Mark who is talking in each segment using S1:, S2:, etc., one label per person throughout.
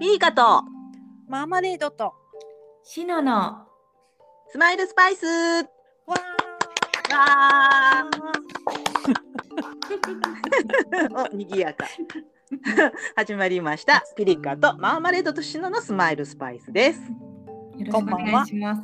S1: ピーカと
S2: マーマレードと。
S3: シノの
S1: スマイルスパイスわ
S2: わ
S1: ー
S2: ー
S1: おにぎやか始まりましたピリカとマーマレードとシノのスマイルスパイスです
S3: よろしくお願いします。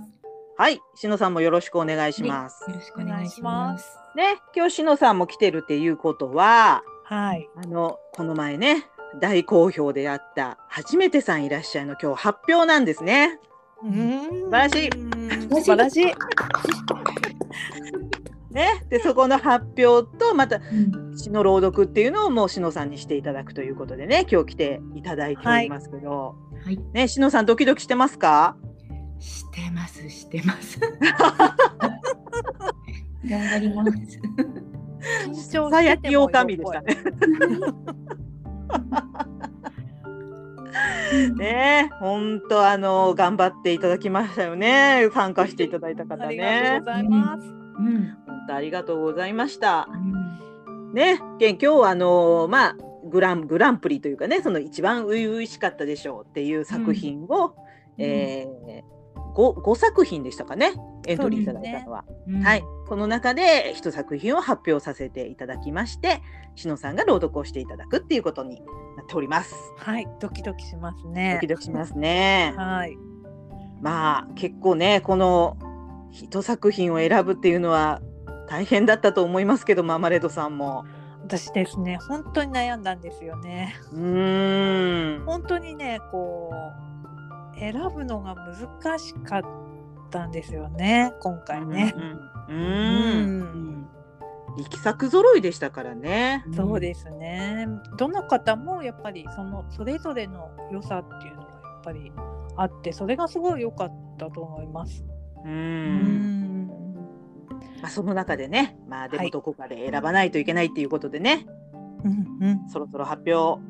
S1: はいシノさんもよろしくお願いします、
S3: よろしくお願いします。
S1: ね今日シノさんも来てるっていうことは
S2: はい。
S1: あのこの前ね大好評であった初めてさんいらっしゃいの今日発表なんですね
S2: うーん
S1: 素晴らしい
S2: 素晴らしい。
S1: ねでそこの発表とまた
S3: うん
S1: 詩の朗読っていうのをもう詩のさんにしていただくということでね今日来ていただいておりますけど、
S3: はい、
S1: ね詩のさんドキドキしてますか
S3: してます、して ます。頑張り ます。
S2: 緊張
S1: さ
S2: して
S1: や
S2: て
S1: き
S2: も
S1: おかみでしたね。ね本当あの頑張っていただきましたよね参加していただいた
S2: 横
S1: 方
S2: 声ありがとう
S1: ね
S2: ございます。
S3: うん、
S1: 本当ありがとうございました
S3: うん
S1: ねけん今日はあのまあグラングランプリというかねその一番初々しかったでしょうっていう作品を、えー、5, 5作品でしたかねエントリーいただいたのは、
S3: うん
S1: はい、この中で一作品を発表させていただきまして、しのさんが朗読をしていただくっていうことになっております。
S2: はい、ドキドキします
S1: ド
S2: ね
S1: キ。ドキしますね。
S2: はい。
S1: まあ結構ね、この一作品を選ぶっていうのは大変だったと思いますけど、マーマレードさんも。
S2: 私ですね、本当に悩んだんですよね。
S1: うーん。
S2: 本当にね、こう選ぶのが難しかったんですよね、今回ね。
S1: うん。う。
S2: うん
S1: 力作揃いでしたからね。
S2: そうですね。どの方もやっぱりそのそれぞれの良さっていうのがやっぱりあって、それがすごい良かったと思います。
S1: う。
S2: うんん。
S1: まあその中でね、まあで
S2: は
S1: も
S2: い
S1: どこかで選ばないといけないっていうことでね、
S2: うんうん。
S1: そろそろ発表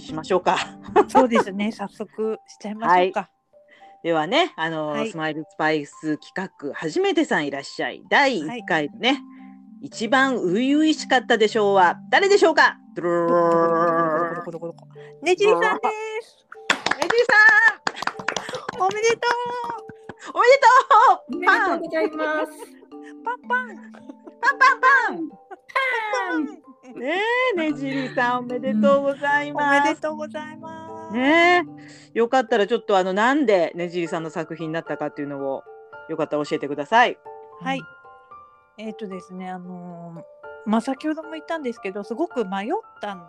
S1: しましょうか。
S2: そうです ね。早速しちゃいましょうか。
S1: ではね、あの
S2: はい
S1: スマイルスパイス企画、初めてさんいらっしゃい、第1回のね、一番初々しかったでしょうは、誰でしょう かドゥルルルルルルルル
S2: どこどこどこどこどこねじりさんです。
S1: メジー
S2: おめでと
S1: さん、おめでパ
S3: おめでと
S1: ン
S3: うございます。
S2: う。パンパン。
S1: パン
S2: パン
S1: とうねえ、ねじりさん、おめでとうございます。
S2: おめでとうございます。
S1: ねえ、よかったらちょっとあの、なんでねじりさんの作品になったかっていうのを、よかったら教えてください。
S2: はい。えっ、とですね、あのーまあ先ほども言ったんですけど、すごく迷ったん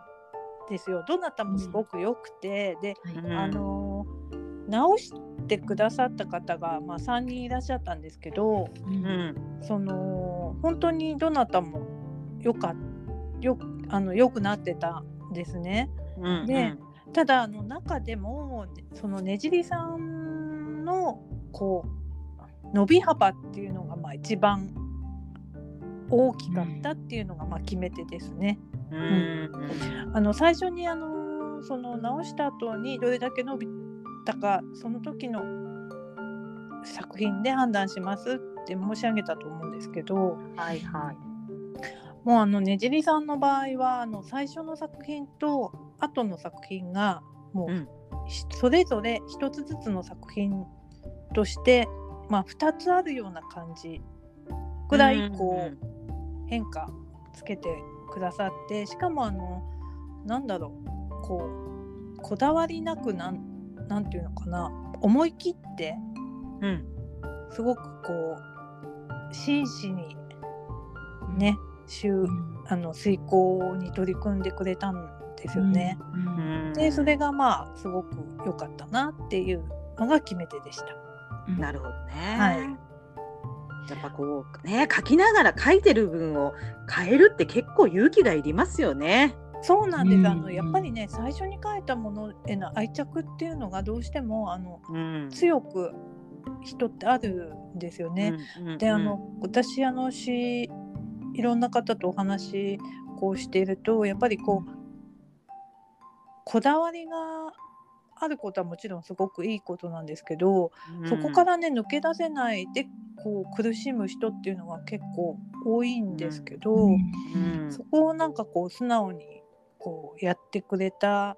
S2: ですよ。どなたもすごく良くて、で、
S1: うん
S2: あのー直してくださった方がまあ三人いらっしゃったんですけど、
S3: う、
S1: うんん、
S2: その本当にどなたもよかよあの良くなってたんですね。
S1: うん、
S2: ねただあの中でもそのねじりさんのこう伸び幅っていうのがまあ一番大きかったっていうのがまあ決め手ですね。
S1: うん、
S2: あの最初にあのその直した後にどれだけ伸びたかその時の作品で判断しますって申し上げたと思うんですけ
S1: う
S2: ど、
S1: ん、はいはい。
S2: もうあのねじりさんの場合はあの最初の作品と後の作品がもう、
S1: うん
S2: しそれぞれ一つずつの作品として、まあ、2つあるような感じぐらいこう変化つけてくださってしかもあのなんだろうこうこだわりなくなんなんていうのかな思い切って
S1: うん、うん、
S2: すごくこう真摯にね集あの遂行に取り組んでくれたんですよね。
S3: うん。
S1: うん
S2: でそれがまあすごく良かったなっていうのが決め手でした。
S3: うん
S1: なるほどね。
S2: はい
S1: やっぱこうね書きながら書いてる文を変えるって結構勇気がいりますよね。
S2: そうなんです、
S3: うん
S2: あのやっぱりね最初に書いたものへの愛着っていうのがどうしてもあの
S1: うん
S2: 強く人ってあるんですよね。。
S1: うんうん
S2: であの私あのしいろんな方とお話こうしているとやっぱりこうこだわりがあることはもちろんすごくいいことなんですけど、
S1: うん
S2: そこからね抜け出せないでこう苦しむ人っていうのが結構多いんですけど、
S1: うん
S2: そこをなんかこう素直にこうやってくれた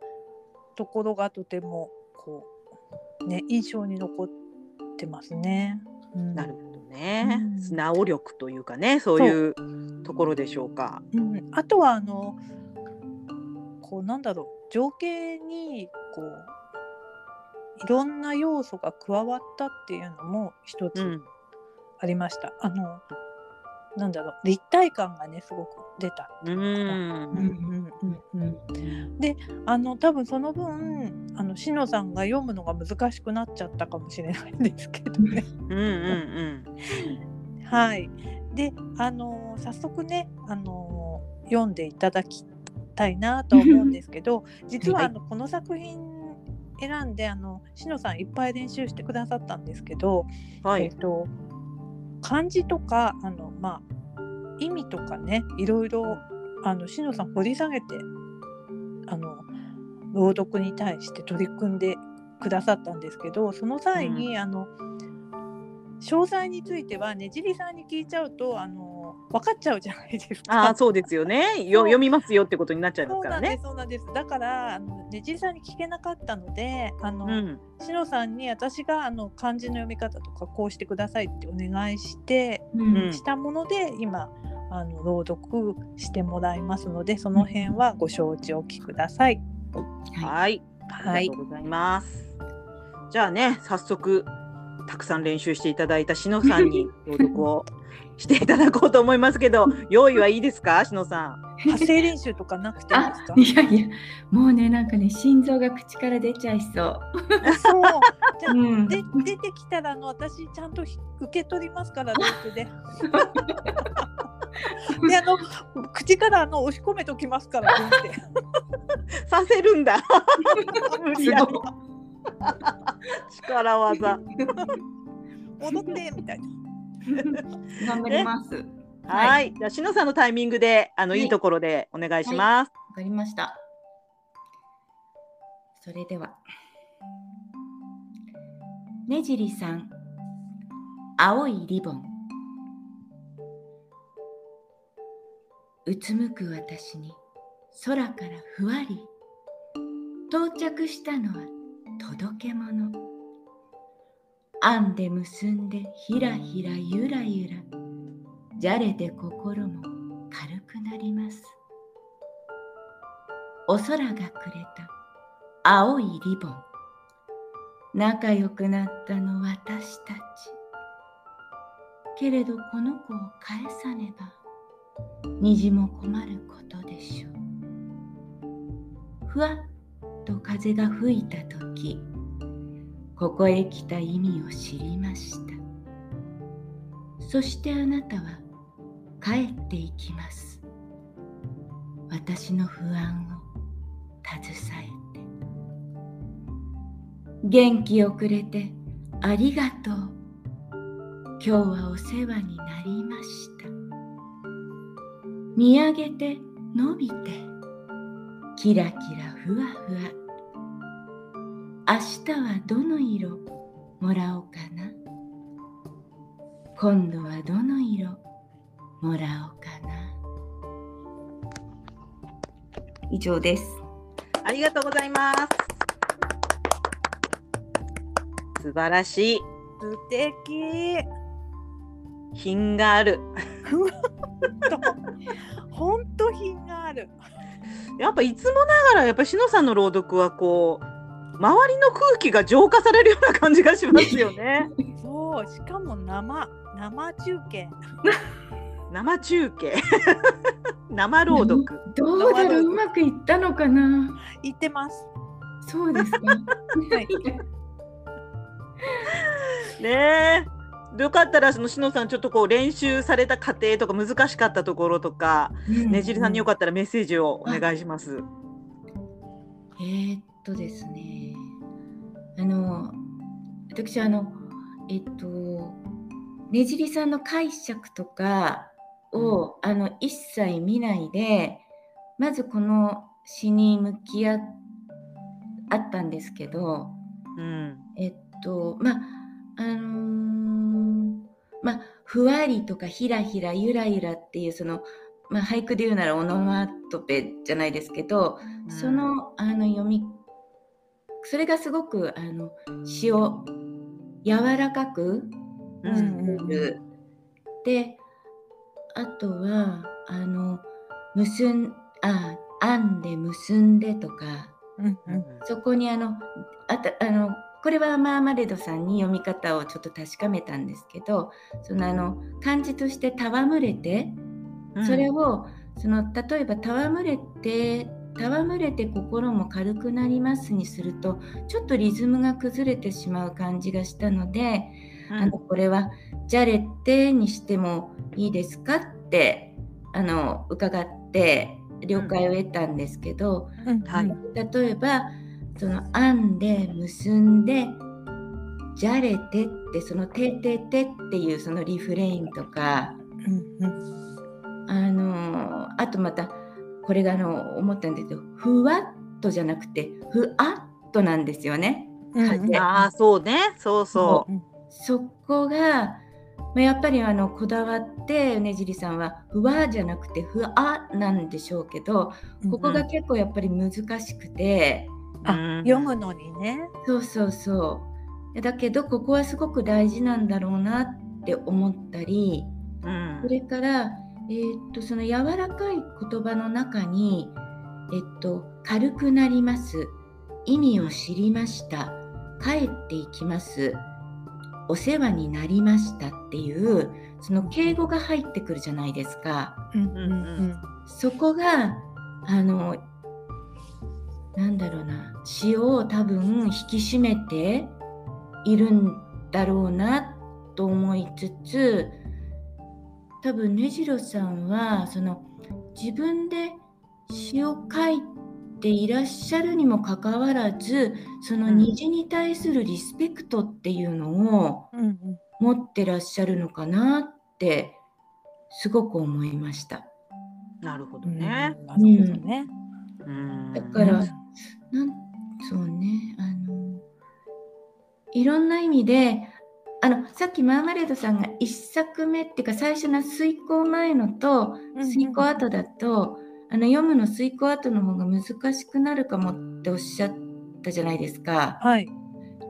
S2: ところがとてもこうね印象に残ってますね。うん
S1: なるほどね、
S2: うん
S1: 素直力というかねそういうところでしょうか。
S2: うん、あとはあのこうなんだろう情景にこういろんな要素が加わったっていうのも一
S1: う
S2: つ
S1: ん
S2: ありました。あのなんだろう立体感がねすごく出た
S1: う
S2: うんんうんうんうん、であの多分その分あのしのさんが読むのが難しくなっちゃったかもしれないんですけど ね。
S1: うんうん
S2: はい、であの早速ねあの読んでいただきたいなと思うんですけ ど実はあのこの作品選んであのしのさんいっぱい練習してくださったんですけど、
S1: は
S2: えっ
S1: い。
S2: と漢字とかあの、まあ、意味とかねいろいろあのしのさん掘り下げてあの朗読に対して取り組んでくださったんですけどその際に、あの詳細についてはねじりさんに聞いちゃうとあの分かっちゃうじゃないですか。
S1: ああそうですよね。よ読みますよってことになっちゃいますからね。
S2: そうなんですそうなんですだからあのねじりさんに聞けなかったのであの、
S1: うん
S2: しのさんに私があの漢字の読み方とかこうしてくださいってお願いして
S1: ん
S2: したもので今あの朗読してもらいますのでその辺はご承知おきください。
S3: は
S1: はい。あ
S2: は
S1: り
S2: い
S1: がとうございます。じゃあね早速たくさん練習していただいたしのさんに朗読をしていただこうと思いますけ ど用意はいいですかしのさん。
S2: 発声練習とかなくていいですか
S3: あ、いや いや、もうね、なんかね、心臓が口から出ちゃいそう。
S2: そうじゃあ
S3: うん
S2: で出てきたらあの私ちゃんとひ受け取りますからロープで。であの口からあの押し込めときますからグンって。
S1: させるん だ無理
S3: す
S1: やり
S3: ごい
S1: 力技。
S2: 戻ってみたいな。
S3: 頑張ります。わ
S1: はい、
S3: は
S1: じゃあしのさんのタイミングであの、
S3: はい
S1: い、いところでお願いします。
S3: かりました。それでは。ねじりさん。青いリボン。うつむく私に空からふわり到着したのは届け物編んで結んでひらひらゆらゆらじゃれて心も軽くなりますお空がくれた青いリボン仲良くなったの私たちけれどこの子を返さねば虹も困ることでしょうふわっと風が吹いた時ここへ来た意味を知りましたそしてあなたは帰っていきます私の不安を携えて元気をくれてありがとう今日はお世話になりました見上げて伸びてキラキラふわふわ明日はどの色もらおうかな今度はどの色もらおうかな以上です
S1: ありがとうございます。素晴らしい
S2: 素敵。
S1: 品がある。
S2: 本当品がある。
S1: やっぱいつもながらやっぱしのさんの朗読はこう周りの空気が浄化されるような感じがしますよね。
S2: そう、しかも生、生中継。
S1: 生中継 生朗読。
S3: どうだろううまくいったのかな
S2: 行ってます。
S3: そうですか
S2: はい、
S1: ねえ。よかったらそのしのさんちょっとこう練習された過程とか難しかったところとか、ねじりさんによ
S3: か
S1: かったらメッセージをお願いします。
S3: えーっとですねあの私あのえっとねじりさんの解釈とかを、あの一切見ないでまずこの詩に向き合っあったんですけど
S1: うん。
S3: えっとまああのーまあふわりとかひらひらゆらゆらっていうその、まあ、俳句で言うならオノマトペじゃないですけど、そのあの読みそれがすごくあの詩を柔らかく
S1: う
S2: うん
S1: ん
S2: うん
S3: るであとはあの結んあ編んで結んでとか
S2: うん
S1: うん
S3: そこにあのあたあのこれはマーマレードさんに読み方をちょっと確かめたんですけどそのあの漢字として「戯れて」それをその例えば「戯れて」戯れて心も軽くなりますにするとちょっとリズムが崩れてしまう感じがしたので、
S1: うん
S3: あのこれは「じゃれて」にしてもいいですかってあの伺って了解を得たんですけど、
S2: うん
S1: はい
S3: 例えばその編んで結んでじゃれてってそのてててっていうそのリフレインとか
S2: うんうん
S3: あのーあとまたこれがあの思ったんですけどふわっとじゃなくてふあっとなんですよね。
S2: うん
S1: ああそうねそうそう。
S3: そこがまあやっぱりあのこだわってねじりさんは「ふわ」じゃなくて「ふあ」なんでしょうけどここが結構やっぱり難しくて、
S2: あ
S1: うん
S2: 読むのにね。
S3: そうそうそう。だけどここはすごく大事なんだろうなって思ったり
S1: うん
S3: それから、えーっとその柔らかい言葉の中に、えっと「軽くなります」「意味を知りました」「帰っていきます」「お世話になりました」っていうその敬語が入ってくるじゃないですか。
S2: うん
S1: うんうん
S3: そこがあのなんだろうな詩を多分引き締めているんだろうなと思いつつ多分ねじろさんはその自分で詩を書いていらっしゃるにもかかわらずその
S1: うん
S3: 虹に対するリスペクトっていうのを
S2: うんうん
S3: 持ってらっしゃるのかなってすごく思いました。
S1: なるほど
S2: うん。
S1: ね。
S2: なるほどね。
S1: うん
S3: だからなんそうねあのいろんな意味であのさっきマーマレードさんが1作目っていうか最初の遂行前のと
S2: うんうん
S3: 遂行後だと、あの読むの遂行後の方が難しくなるかもっておっしゃったじゃないですか。
S2: はい。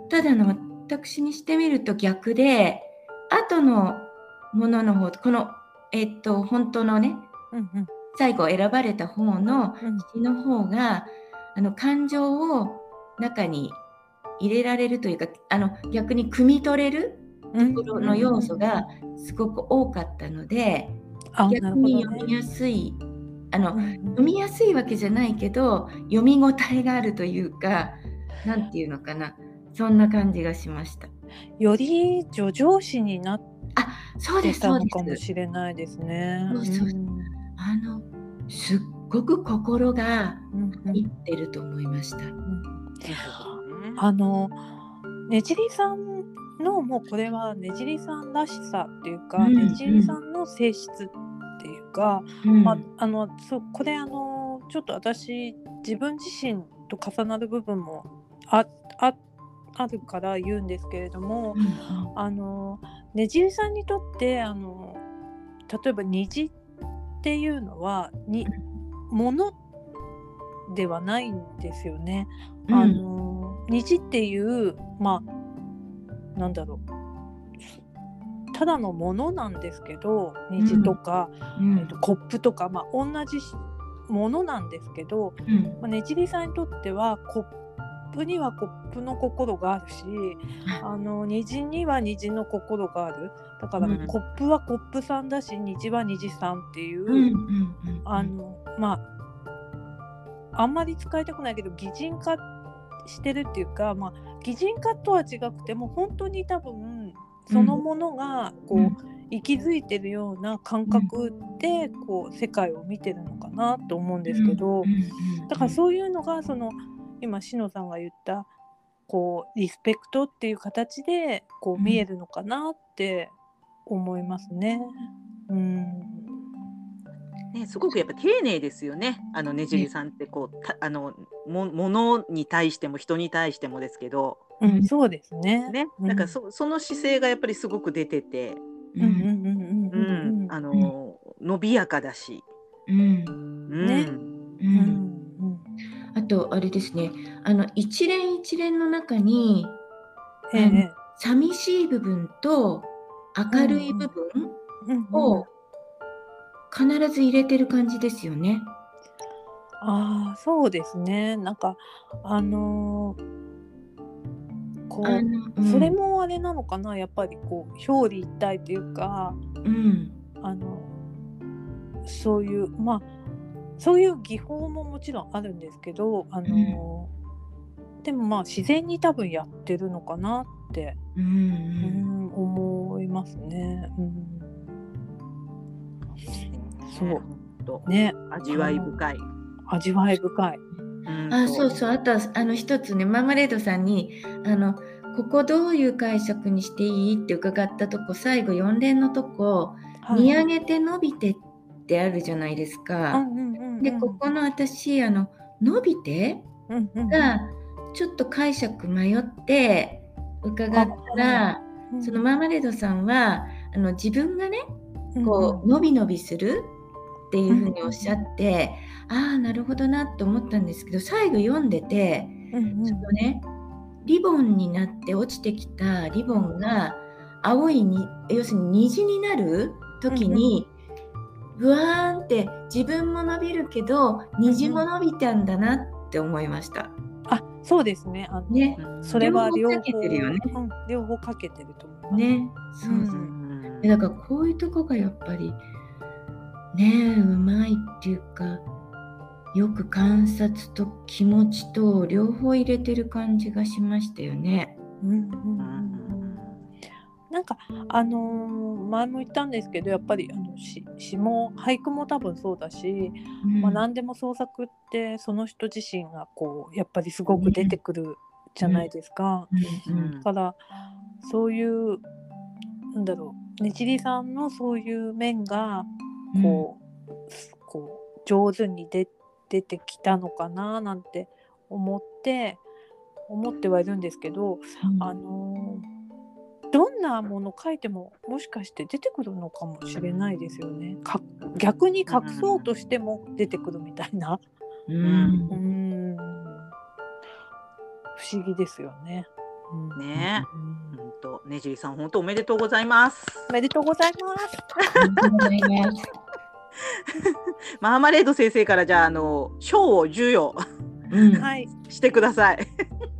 S3: ただあの私にしてみると逆で後のものの方このえっと本当のね
S2: うんうん
S3: 最後選ばれた方の
S2: うん
S3: 詩の方があの感情を中に入れられるというかあの逆に汲み取れる
S2: うん
S3: ところの要素がすごく多かったので、
S2: あなる
S3: 逆
S2: ほど
S3: に
S2: ね
S3: 読みやすい、あ
S2: う
S3: の
S2: んう
S3: 読
S2: ん
S3: みやすいわけじゃないけど読み応えがあるというかなんていうのかなそんな感じがしました。
S2: より叙情詩になっ
S3: そうで
S2: て
S3: す
S2: た
S3: そう
S2: のかも
S3: です。
S2: しれないですね。
S3: そうそう
S2: うん
S3: あのすっごく心が
S2: うんうん
S3: 入ってると思いました。
S2: あのねじりさんのもうこれはねじりさんらしさっていうか、
S3: うん
S2: ねじりさんの性質っていうか、
S3: うん
S2: まああのそうこれあのちょっと私自分自身と重なる部分もあああるから言うんですけれども、
S3: うん
S2: あのねじりさんにとってあの例えば虹っていうのはにものではないんですよね。
S3: うん
S2: あの虹っていうまあなんだろうただのものなんですけど虹とか、
S3: うん
S2: えっとコップとか、まあ、同じしものなんですけど、
S3: うん
S2: まあ、ねじりさんにとってはコップにはコップの心があるしあの虹には虹の心があるだから、
S1: うん
S2: コップはコップさんだし虹は虹さんっていう、
S3: うんうんうん
S2: あのまああんまり使いたくないけど擬人化してるっていうか、まあ、擬人化とは違くてもう本当に多分そのものがこう、
S3: うん
S2: 息づいてるような感覚でこう世界を見てるのかなと思うんですけど、
S3: うんうんうん
S2: だからそういうのがその今志乃さんが言ったこうリスペクトっていう形でこ
S3: う
S2: うん見えるのかなって思いますね。うん、
S1: ね、すごくやっぱ丁寧ですよね。あのねじりさんってこうたあのもものに対しても人に対してもですけど、
S2: うん、そうですね。
S1: ね、
S2: うん
S1: なんかそその姿勢がやっぱりすごく出てて、
S3: う
S2: うんうん
S3: ん
S2: うん
S1: う
S2: うんうんうん
S1: ん、あの伸びやかだし、
S3: うん
S1: うん
S2: ね
S3: う
S2: うん
S3: ん
S2: うん
S3: あとあれですねあの一連一一連の中に
S2: ええ
S3: 寂しい部分と明るい部分
S2: うんうん
S3: を必ず入れてる感じですよね。
S2: ああそうですねなんかあのーこ
S3: あ
S2: う
S3: のうん
S2: それもあれなのかなやっぱりこう表裏一体というか
S3: うん
S2: あのそういうまあそういう技法ももちろんあるんですけどあの、でもまあ自然に多分やってるのかなって、
S3: うんう
S2: うん
S3: ん
S2: 思いますね。うん、そう
S1: ほんと
S2: ね
S1: 味わい深い。
S2: 味わい深い。
S3: あそうそうあとはあの一つねマーマレードさんにあのここどういう解釈にしていいって伺ったとこ最後4連のとこ、
S2: はい
S3: 見上げて伸びてってあるじゃないです
S2: う
S3: か。
S2: んうんうんうん
S3: でここの私あの伸びて
S2: うんうん
S3: がちょっと解釈迷って伺ったら
S2: うん
S3: そのマーマレードさんはあの自分がねこう伸び伸びするっていうふうにおっしゃって、ああなるほどなって思ったんですけど最後読んでて、
S2: うんうん
S3: そのねリボンになって落ちてきたリボンが青いに要するに虹になる時に、ブワーンって自分も伸びるけど虹も伸びたんだなって思いました。
S2: あそうですねあの
S3: ね。
S2: それは両
S3: 両方か
S2: 方
S3: けてるよね
S2: うん両方かけてると思います。
S3: ね。そうそう
S2: うん
S3: でだからこういうとこがやっぱりねえうまいっていうかよく観察と気持ちと両方入れてる感じがしましたよね。
S2: うんうんうんうんなんかあのー前も言ったんですけどやっぱりあの詩詩も俳句も多分そうだし、まあ、何でも創作ってその人自身がこうやっぱりすごく出てくるじゃないですか。
S3: うんうん
S2: だからそういうなんだろうねちりさんのそういう面がこう,、こう上手に出出てきたのかななんて思って思ってはいるんですけど、
S3: うん
S2: あのーどんなもの書いてももしかして出てくるのかもしれないですよね。か逆に隠そうとしても出てくるみたいな。
S3: うん
S2: うーん不思議ですよね。うん
S1: ね
S2: うん
S1: 本当ねじりさん本当おめでとうございます。
S2: おめでとうございます。
S3: ありがとうございます
S1: マーマレード先生からじゃああの賞を授与
S3: うん
S2: はい。
S1: してください。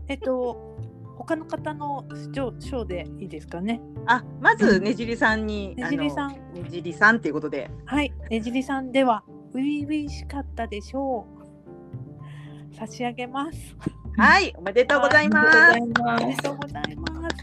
S2: えっと他の方の視聴賞でいいですかね。
S1: あまずねじりさんに
S2: ねじりさん
S1: あのねじりさんっていうことで
S2: はい。ねじりさんでは初々しかったでしょう。差し上げます。
S1: はいおめでとうございます。
S3: ありがとうご
S2: お
S3: ざいま
S2: めですとうございます。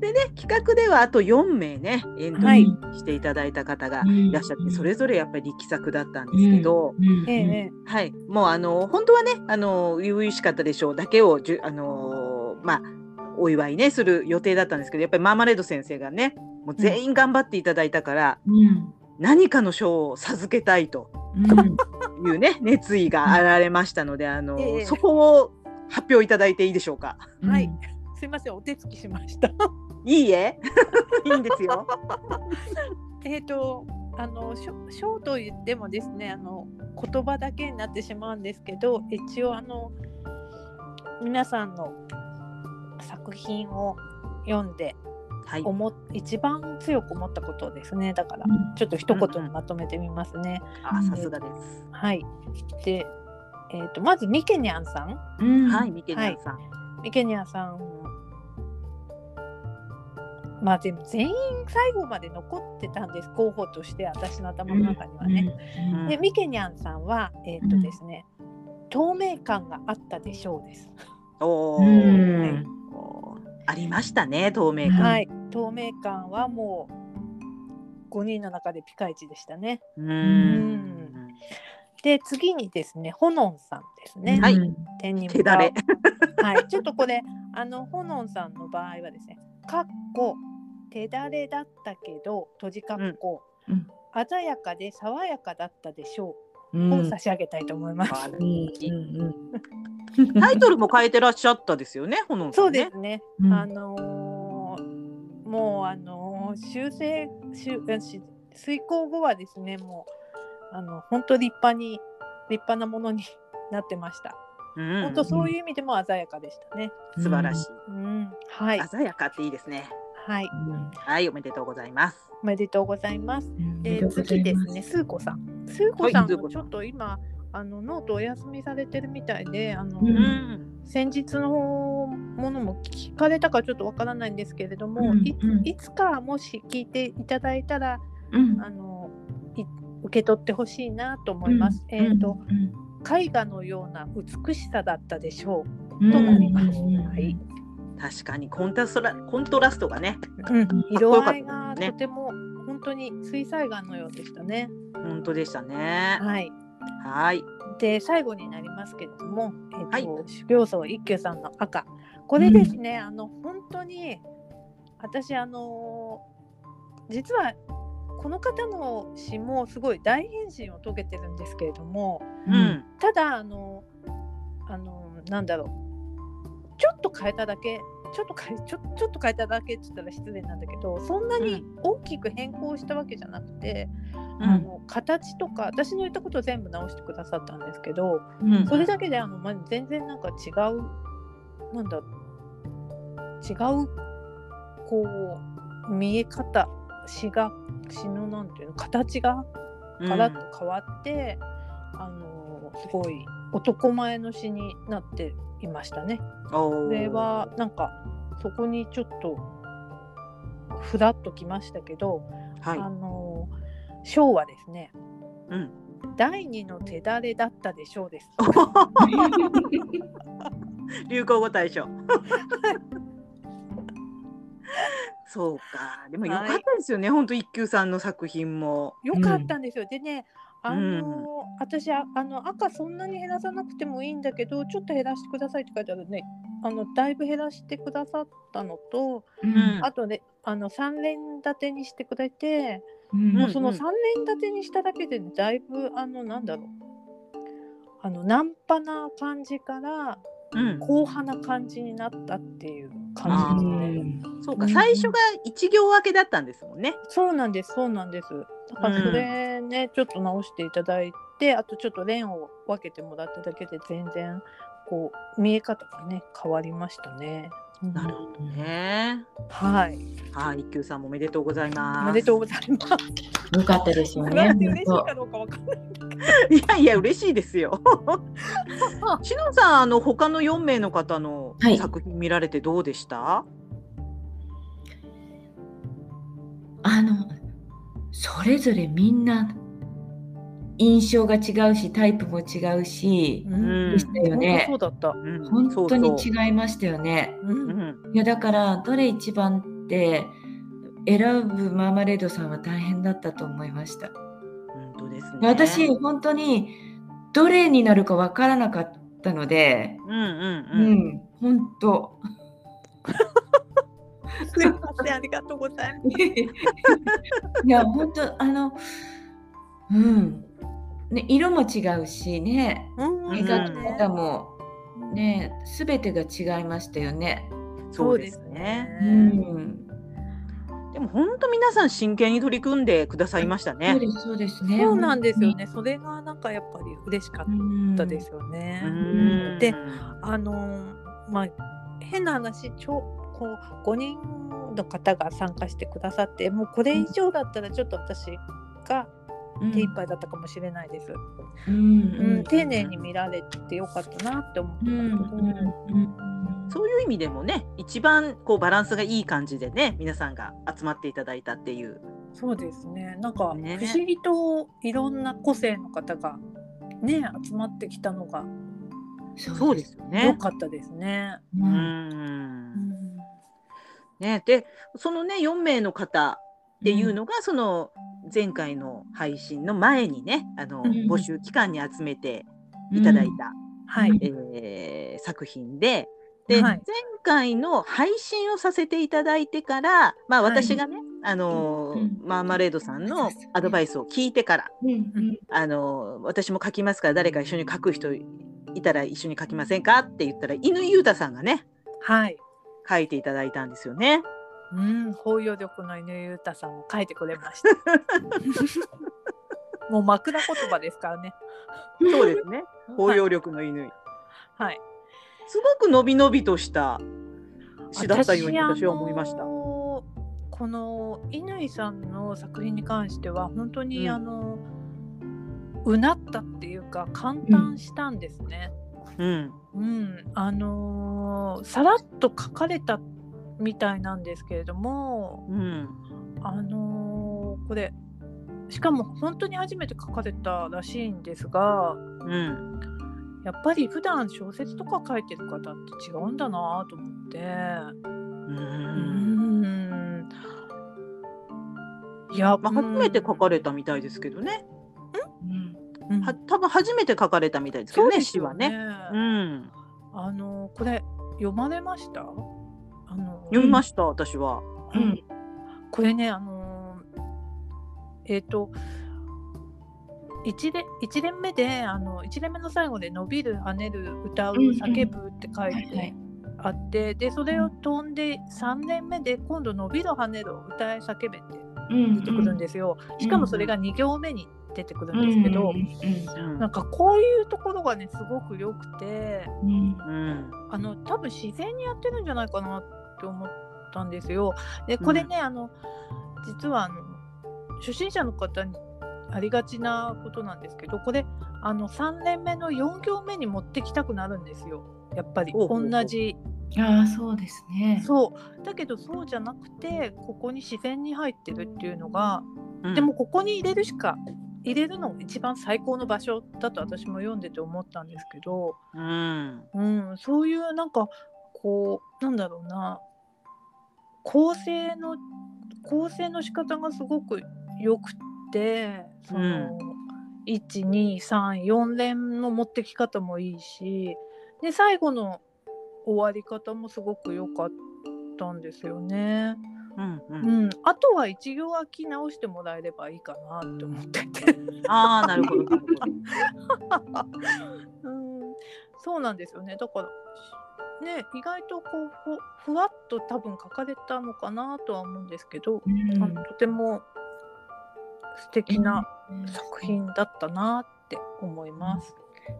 S1: でね企画ではあと4名ねエント
S2: はい
S1: リーしていただいた方が
S3: うん
S1: いらっしゃって、それぞれやっぱり力作だったんですけど。
S3: うん
S2: ええええ
S1: はい、もうあの本当はね、あの初々しかったでしょうだけをじゅあのまあお祝いねする予定だったんですけど、やっぱりマーマレード先生がね、もう全員頑張っていただいたから、
S3: うん
S1: 何かの賞を授けたいと
S3: うん
S1: いうね熱意があられましたので、あの、
S2: ええ
S1: そこを発表いただいていいでしょうか。
S3: うん
S2: はいすいません、お手つきしました。
S1: いいえ、いいんですよ。
S2: えっと、あの、しょ、ショーと言ってもですね、あの、言葉だけになってしまうんですけど、一応、あの。皆さんの作品を読んで、
S1: はい、
S2: おも、一番強く思ったことですね。だから
S3: う、ん
S2: ちょっと一言にまとめてみますね。
S1: あさすがです。
S2: はい。で、えっと、まずミケニャンさん。
S3: うん
S1: はい、ミケニャンさん。
S2: ミケニャンさんまあでも全員最後まで残ってたんです候補として私の頭の中にはね。
S1: うん
S2: でミケニャンさんはえっ、とですね、透明感があったでしょうです。
S1: お
S3: う
S1: ー
S3: ん
S2: はい
S1: おーありましたね、透明感。
S2: はい透明感はもう5人の中でピカイチでしたね。
S1: うん
S2: んで次にですねホノンさんですね。
S1: はい
S3: うん
S2: 天に
S1: 手だれ。
S2: は い、ちょっとこれあのほのんさんの場合はですね「かっこ手だれだったけど閉じかっこ、
S3: うんうん
S2: 鮮やかで爽やかだったでしょ
S3: う
S2: う」
S3: ん
S2: を差し上げたいと思います。
S1: あら
S3: うんうん
S1: タイトルも変えてらっしゃったですよね、ほのんさ、
S2: そうんで
S1: ね。
S2: すね、
S3: うん
S2: あのーもうあのー修正修し遂行後はですねもうあの本当立派に立派なものになってました。
S1: うん
S2: 本当そういう意味でも鮮やかでしたね。
S1: 素晴らしい、
S2: うん、はい、
S1: 鮮やかっていいですね。
S2: はい、
S3: うん
S1: はい、おめでとうございます。
S2: おめでとうございます。
S3: うん
S2: え
S3: ありがとうござい
S2: 次です
S3: ます
S2: ね、スーコさん。スーコさん
S1: はいスー
S2: も
S1: 子
S2: ち
S1: さん
S2: ょっと今、あのノートお休みされてるみたいで、あの、
S3: う
S1: うん、
S2: 先日のものも聞かれたかちょっとわからないんですけれども、
S3: うん
S2: い
S3: うん
S2: いつかもし聞いていただいたら、
S3: うん
S2: あのい受け取ってほしいなと思います。
S3: うん
S2: えっ、と、
S3: うん
S2: 絵画のような美しさだったでしょ
S3: う
S2: う。
S3: ん
S2: となります。
S3: うん
S2: はい。
S1: 確かにコンタストラコントラストがね、
S2: うん
S1: こよ
S2: 色
S1: かっ
S2: 合
S1: た
S2: いが
S1: ね
S2: とても本当に水彩画のようでしたね。
S1: 本当でしたね。
S2: はい。
S1: はい、
S2: で最後になりますけれども、えーと
S1: はい
S2: 修行僧一休さんの赤これですね、あの本当に私あのー実はこの方の詩もすごい大変身を遂げてるんですけれども
S1: う、ん、
S2: ただあのあのなんだろうちょっと変えただけちょっと変えちょちょっと変えただけって言ったら失礼なんだけどそんなに大きく変更したわけじゃなくて。
S1: う
S2: あ
S1: ん、
S2: の形とか私の言ったことを全部直してくださったんですけど
S3: うん
S2: それだけであの、ま、全然なんか違うなんだ違うこう見え方詩が詩のなんていうの形がガラッと変わって、あのすごい男前の詩になっていましたね。
S1: こ
S2: これはなんかそこにちょっとふらっときましたけど、
S1: はい
S2: あ、の章はですね
S1: うん、
S2: 第二の手だれだったでしょ うです。
S1: 流行語大賞。そうか、でも良かったですよね、本当一休さんの作品も。
S2: よかったんですよ。でね、あの
S1: うん
S2: 私ああの赤そんなに減らさなくてもいいんだけど、ちょっと減らしてくださいって書いてあるね。あのだいぶ減らしてくださったのと、
S3: うん
S2: あとねあの三連立てにしてくれて、
S3: うん
S2: もうそ
S1: うん
S2: の
S1: うん
S2: 三連立てにしただけでだいぶあのなんだろう。あのナンパな感じから
S1: うん、
S2: 硬派な感じになったっていう
S1: あ
S2: 感じですね。
S1: そうか、最初が一行分けだったんですもんね。
S2: そうなんです、そうなんです。だからそれね、ちょっと直していただいて、あとちょっとレーンを分けてもらっただけで全然こう見え方がね変わりましたね。うん
S1: なるほどね。
S2: はい、
S1: はい、一休さんもおめでとうござい
S2: お
S1: ます。
S2: めでとうございます。
S3: よかったですよ
S2: これ
S3: ね
S2: は。嬉しい
S3: 本
S2: かどうかわかんない。
S1: いやいや嬉しいですよ。しのさんあの他の4名の方の
S3: はい
S1: 作品見られてどうでした？
S3: 当あのそれぞれみんな印象が違うしタイプも違うし、
S1: う
S3: でしたよね
S2: 本当そうだった。
S1: うん
S3: 本当に
S1: そう
S3: 違いましたよね。
S2: う、
S1: そううんん、
S3: いやだからどれ一番って選ぶマーマレードさんは大変だったと思いました。
S1: 本当ですね。
S3: 私
S1: うん
S3: 本当にどれになるかわからなかったので、
S1: うん
S3: うん、
S1: うん。
S3: 本 当。
S2: すいません、ありがとうございます。
S3: いや本当あのうん、ね、色も違うしね
S2: うん
S1: 意
S3: 描
S1: 外
S3: き
S1: と
S3: 方もね全てが違いましたよね。
S1: そうですね。
S3: う。ん、
S1: でも本当皆さん真剣に取り組んでくださいました
S3: そう
S1: ね。
S3: ですそうですね。
S2: そうなんですよね。それがなんかやっぱり嬉しか
S3: う
S2: っ
S3: ん。
S2: たですよね。
S1: うん
S2: であのーまあ変な話ちょこう5人の方が参加してくださってもうこれ以上だったらちょっと私が
S3: うん。
S2: 手一杯だったかもしれないです、
S3: う
S2: うん
S3: ん
S2: 丁寧に見られてよかったなって思って
S3: う
S2: た
S3: ん
S2: けど、
S3: うん
S1: そういう意味でもね、一番こうバランスがいい感じでね、皆さんが集まっていただいたっていう。
S2: そうですねなんか不
S1: ね
S2: 思議といろんな個性の方がね集まってきたのが
S1: そうですよ
S2: 良
S1: ね。
S2: かったですね。
S3: う
S1: うんん。ね、でそのね4名の方っていうのが、その前回の配信の前にねあの、
S3: うん
S1: 募集期間に集めていただいた、
S2: はい、
S1: えー作品で。で、
S2: はい
S1: 前回の配信をさせていただいてから、まあ、
S2: はい
S1: 私がね、あのー
S3: うんうん
S1: マーマレードさん
S3: そう
S1: の
S3: ですね
S1: アドバイスを聞いてから、
S3: うんうん
S1: あのー私も書きますから誰か一緒に書く人いたら一緒に書きませんかって言ったら犬裕太さんがね
S2: はい
S1: 書いていただいたんですよね。
S2: うん、包容力の犬ゆうたさんを書いてくれま した。もう枕言葉ですからね。
S1: そうですね包容力の犬、
S2: はい。
S1: すごく伸び伸びとした詩だったように私は思いました
S2: あ。のこの乾さんの作品に関しては本当に、
S1: うん
S2: あのうなったっていうか簡単したんですね。
S1: うん、
S2: うん、あのーさらっと書かれたみたいなんですけれども、
S1: うん、
S2: あのーこれしかも本当に初めて書かれたらしいんですが
S1: うん、
S2: やっぱり普段小説とか書いてる方って違うんだなと思って。
S1: うん。
S2: うんいや、
S1: まあ、初めて書かれたみたいですけどね。
S3: うん
S2: うん
S1: は、多分初めて書かれたみたいですけ
S2: そう
S1: ど
S2: で
S1: ね、
S2: す
S1: 詩
S2: よ
S1: は
S2: ね
S1: ね。。うん、
S2: あのこれ読まれました？あの
S1: 読みました、私は。
S3: うん
S2: これねあのーえっ、と一連一連目であの一連目の最後で伸びる跳ねる歌う
S3: うんうん
S2: 叫ぶって書い
S3: はいは
S2: て
S3: い
S2: あって、でそれを飛んで三連目で今度伸びる跳ねるを歌え叫べって
S3: うん
S2: 出てくるんですよ。しかもそれが二行目に出てくるんですけど。
S3: うんうん
S1: うん
S2: なんかこういうところがねすごく良くて
S3: うん
S1: うん、
S2: あの多分自然にやってるんじゃないかなって思ったんですよ。でこれね、あの実はあの初心者の方にありがちなことなんですけどこれあの3年目の4行目に持ってきたくなるんですよやっぱり
S1: ほうほうほ
S2: 同
S1: う
S2: じ。
S3: ああそうですね。
S2: そうだけどそうじゃなくてここに自然に入ってるっていうのが
S1: うん
S2: でも、ここに入れるしか入れるのが一番最高の場所だと私も読んでて思ったんですけど、
S1: うん、
S2: うん、そういうなんかこうなんだろうな構成の構成の仕方がすごくよくってその、1234連の持ってき方もいいしで最後の終わり方もすごく良かったんですよね。
S1: うん、う、
S2: うんん、あとは一行空き直してもらえればいいかなって思ってて、
S1: ああ、なるほど、なるほど。。
S2: うん、そうなんですよねだからね意外とこうふふわっと多分書かれたのかなとは思うんですけど、
S3: うん
S2: あのとても素敵な作品だったなって思います。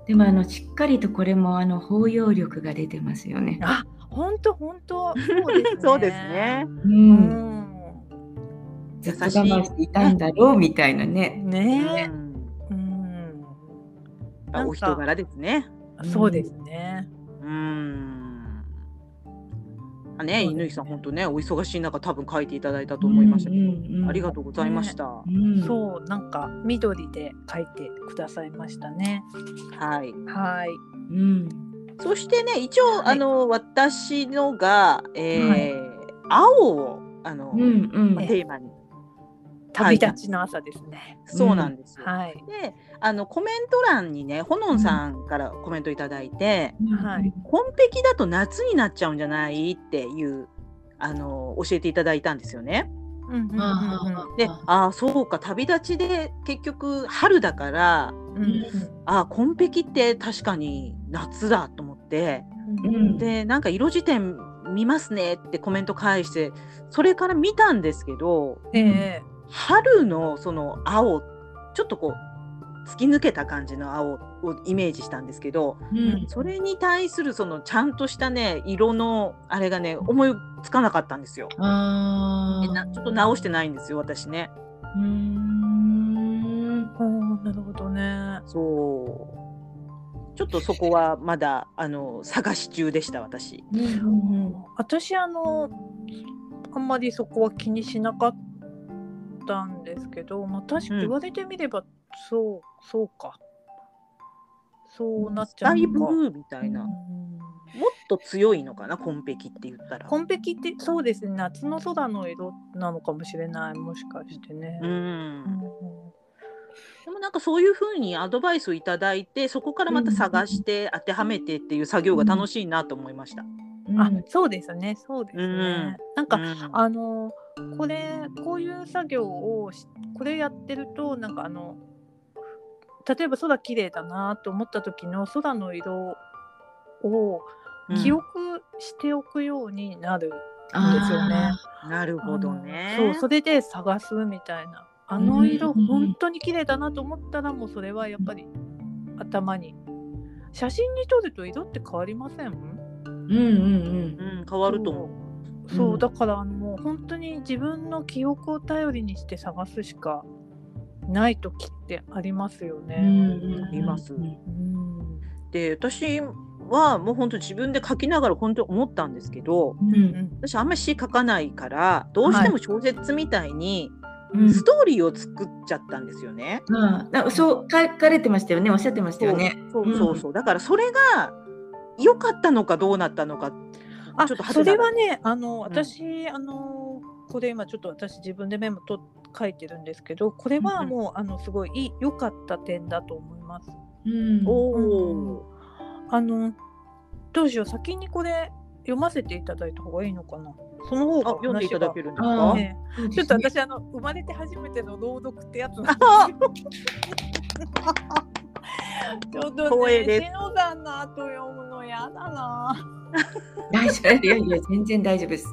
S3: でもあのしっかりとこれもあの包容力が出てますよね。
S2: あ本当本当 そうですね
S1: そうですね。
S3: う、
S2: うんん、
S3: ずっと我慢していたんだろうみたいなね。
S1: う
S2: ね
S1: ん、
S2: え、うん、
S1: まあお人柄ですね。
S2: そうですね。
S1: うん。あね、
S2: そうで
S1: 乾
S2: すね
S1: さん、本当ね、お忙しい中、多分書いていただいたと思いましたけど、ありが
S3: と
S1: とうございました。
S3: うん。
S2: そうなんか緑で書いてくださいましたね。
S1: はい。
S2: はい。
S3: うん。
S1: そしてね、一応、
S2: は
S1: あ
S2: い
S1: の、私のが、えー青を、あの、
S3: うんうん。
S1: まあテーマに。
S2: 旅立ちの朝ですね。
S1: そうなんですよ。
S2: はい。
S1: で、あの、コメント欄にね、ほのんさんからコメントいただいて、
S2: はい。
S1: 紺碧だと夏になっちゃうんじゃないっていう、あの、教えていただいたんですよね。
S2: うんうん
S3: ああ
S1: で、ああ、そうか、旅立ちで結局春だから、
S2: うんうん
S1: ああ、紺碧って確かに夏だと思って、
S2: うん
S3: うん
S1: で、なんか色辞典見ますねってコメント返して、それから見たんですけど、
S2: ええ
S1: 春のその青、ちょっとこう、突き抜けた感じの青をイメージしたんですけど、
S3: うん
S1: それに対するそのちゃんとしたね、色のあれがね、思いつかなかったんですよ。
S3: あ
S1: で
S3: あ。
S1: なちょっと直してないんですよ、私ね。
S3: うーん。
S2: おーなるほどね。
S1: そう。ちょっとそこはまだあの探し中でした私。
S3: うんうん
S2: 私あのあんまりそこは気にしなかったんですけど、まあ、確か
S1: うん
S2: 言われてみれば、そうそうか。そうなっちゃ
S1: ダ
S2: う
S1: イブ
S2: のか。
S1: ルーみたいな。も
S2: うん
S1: っと強いのかな、コンペキって言ったら。
S2: コンペキってそうですね夏の空の色なのかもしれないもしかしてね。
S1: うん。でもなんかそういうふうにアドバイスをいただいて、そこからまた探して当てはめてっていう作業が楽しいなと思いました。
S3: うん。
S2: あそうですねそうですね。
S1: うん
S2: なんか、
S1: うん
S2: あのこれこういう作業をしこれやってるとなんかあの例えば空綺麗だなと思った時の空の色を記憶しておくようになるんですよね。
S3: あ
S1: うんなるほどね。
S2: あのそうそれで探すみたいなあの色本当に綺麗だなと思ったらもうそれはやっぱり頭に写真に撮ると色って変わりません
S3: うんうん
S1: うん、変わると思
S2: そうそう、
S3: うん
S2: だからもう本当に自分の記憶を頼りにして探すしかない時ってありますよ
S3: うんう
S2: ね。
S3: んうん。
S1: います
S3: うん
S2: うん
S1: う。で、私はもう本当自分で書きながら本当思ったんですけど、
S2: うん
S1: 私あんまり詩書かないから、どうしても小説みたいに
S3: うん
S1: ストーリーを作っちゃったんですよね。
S3: ああなんかそう書かれてましたよねおっしゃってましたよね。
S1: そうそうそう。だからそれが良かったのかどうなったのか、
S2: あ
S1: ちょっと
S2: そ
S1: 外れ
S2: れ
S1: な
S2: はねあの私、あのこれ今ちょっと私自分でメモと書いてるんですけどこれはもう、あのすごいいい良かった点だと思います。
S3: うん
S1: お
S2: ー
S1: お。
S2: あのどうしよう先にこれ読ませていただいた方がいいのかなその方
S1: あ、
S2: が
S1: 読んでいただけるんです
S3: あ
S1: か
S2: 話が、？ね
S3: そう
S2: ち
S3: で
S2: ょっ
S3: す
S2: と
S3: ね
S2: 私あの生まれて初めての朗読ってやつなんですけどちょっと
S1: 光栄
S2: ね
S1: です
S2: しのさんの後読むのやだな
S3: 大丈夫いやいや全然大丈夫です。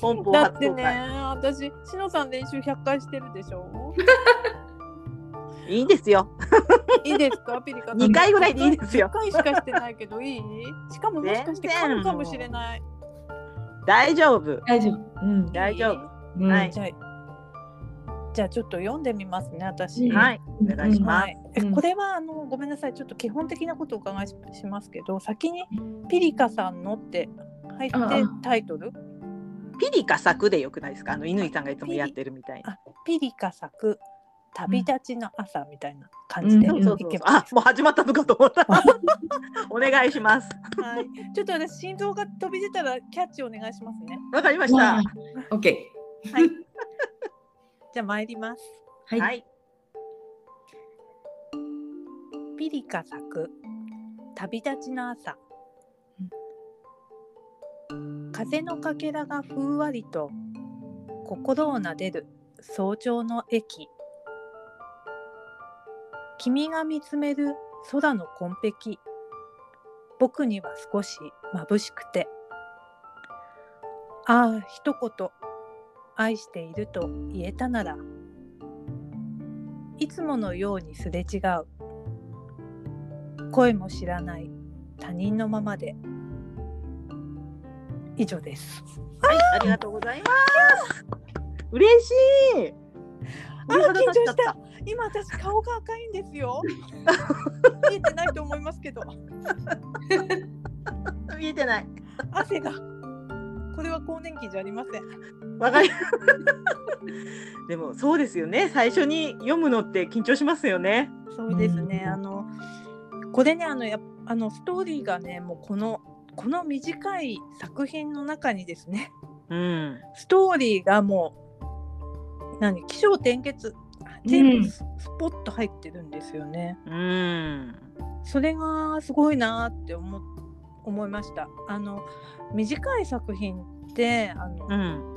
S1: 本邦
S2: だっ
S1: 初
S2: て
S1: 公
S2: ね
S1: 開。
S2: 私しのさん練習100回してるで しょ
S1: いいですよ。
S2: いいですかピリカさん
S1: 二回ぐらいでいいですよ
S2: 1回しかしてないけどいいしかももしかして
S1: 全然
S2: 噛むかもしれない
S1: 大丈夫。
S3: 大丈夫。うん。
S1: 大丈夫
S3: うん
S1: はい
S2: じゃあじゃあちょっと読んでみますね私、
S3: うん
S1: はい、お願いします。
S2: はい、え
S3: うん
S2: これはあのごめんなさいちょっと基本的なことをお伺いししますけど先に「ピリカさんの」って入って
S3: ああ
S2: タイトル
S1: ピリカ作でよくないですか？あの乾さんがいつもやってるみたいな。
S2: 「ピリカ作旅立ちの朝」みたいな感じで
S3: う
S2: い
S3: ん
S1: そうそうそう
S2: けま
S1: あ
S2: す、
S1: もう始まったのかと思った。 お願いします。
S2: はい、ちょっと私心臓が飛び出たらキャッチお願いしますね
S1: わかりまし
S3: は
S1: た
S3: い。。オッケ
S2: はいじゃあ参ります
S3: ー。
S1: は
S3: はい。
S1: い。
S2: ピリカ作旅立ちの朝風のかけらがふんわりと心をなでる早朝の駅君が見つめる空の紺碧僕には少し眩しくてああ一言愛していると言えたならいつものようにすれ違う声も知らない他人のままで以上です
S1: はい、ありがとうございます。嬉しい。
S2: あー緊張した今私顔が赤いんですよ 見えてないと思いますけど
S1: た。見えてない。
S2: 汗がこれは更年期じゃありません
S1: わかり。 でもそうですよね。最初に読むのって緊張しますよね。
S2: そうですね、
S3: うん
S2: あのこれねあのやっあのストーリーがねもうこのこの短い作品の中にですね
S1: うん。
S2: ストーリーがもう何起承転結全部ススポッと入ってるんですよね。
S1: うん。
S2: それがすごいなって思思いました。あの短い作品ってあの、
S1: うん。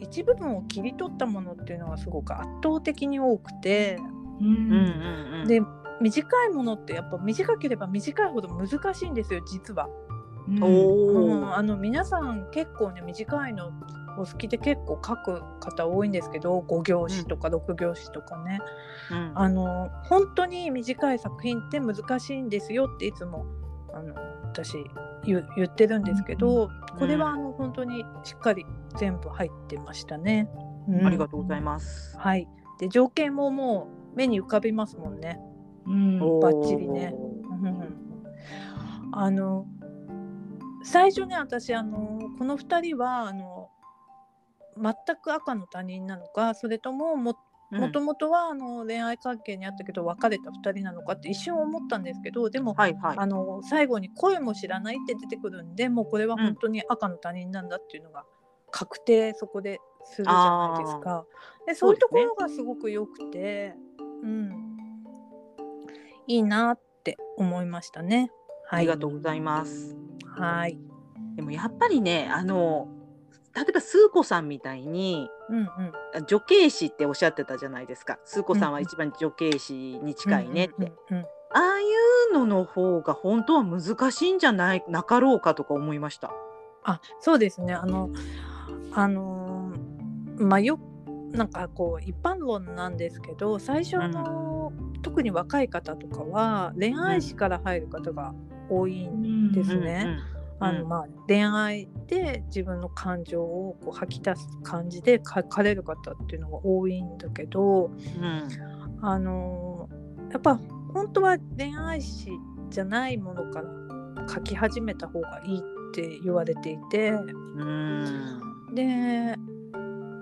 S2: 一部分を切り取ったものっていうのがすごく圧倒的に多くて、
S3: う
S1: うん。
S3: ん。
S1: うん。
S2: で短いものってやっぱ短ければ短いほど難しいんですよ実は。
S3: うん
S2: う
S1: お
S2: ん、
S1: お。
S2: あの皆さん結構ね短いのお好きで結構書く方多いんですけど5行詞とか6行詞とかね。
S1: うん
S2: あの本当に短い作品って難しいんですよっていつもあの私言言ってるんですけど、これはあの本当にしっかり全部入ってましたね。うん
S1: ありがとうございます。
S2: はい、で情景ももう目に浮かびますもんね。
S3: うん
S1: おー
S2: バッチリねうんあの最初ね私あのこの2人はあの全く赤の他人なのかそれともも
S1: うん
S2: もともとはあの恋愛関係にあったけど別れた2人なのかって一瞬思ったんですけどでも、
S1: はいはい。
S2: あの最後に声も知らないって出てくるんでもうこれは本当に赤の他人なんだっていうのが確定そこでするじゃないですか。でそういうところがすごく良くてうん、いいなって思いましたね。
S1: あ
S2: は
S1: り
S2: い、
S1: がとうございます。
S2: はい、
S1: でもやっぱりね、あの例えばスー子さんみたいに
S2: うんうん、
S1: あ女系師っておっしゃってたじゃないですか。スー子さん
S2: う
S1: は
S2: んうん
S1: 一番女系師に近いねって、
S2: うんうんうんうん
S1: ああいうのの方が本当は難しいんじゃないなかろうかとか思いました。
S2: あそうですねあのあのーまあよなんかこう一般論なんですけど最初の、特に若い方とかは恋愛史から入る方が多いん
S3: ん
S2: です
S1: うん
S2: ね
S1: うん
S2: あのまあ恋愛で自分の感情をこう吐き出す感じで書かれる方っていうのが多いんだけど
S1: うん
S2: あのーやっぱ本当は恋愛史じゃないものから書き始めた方がいいって言われていて
S1: うん
S2: で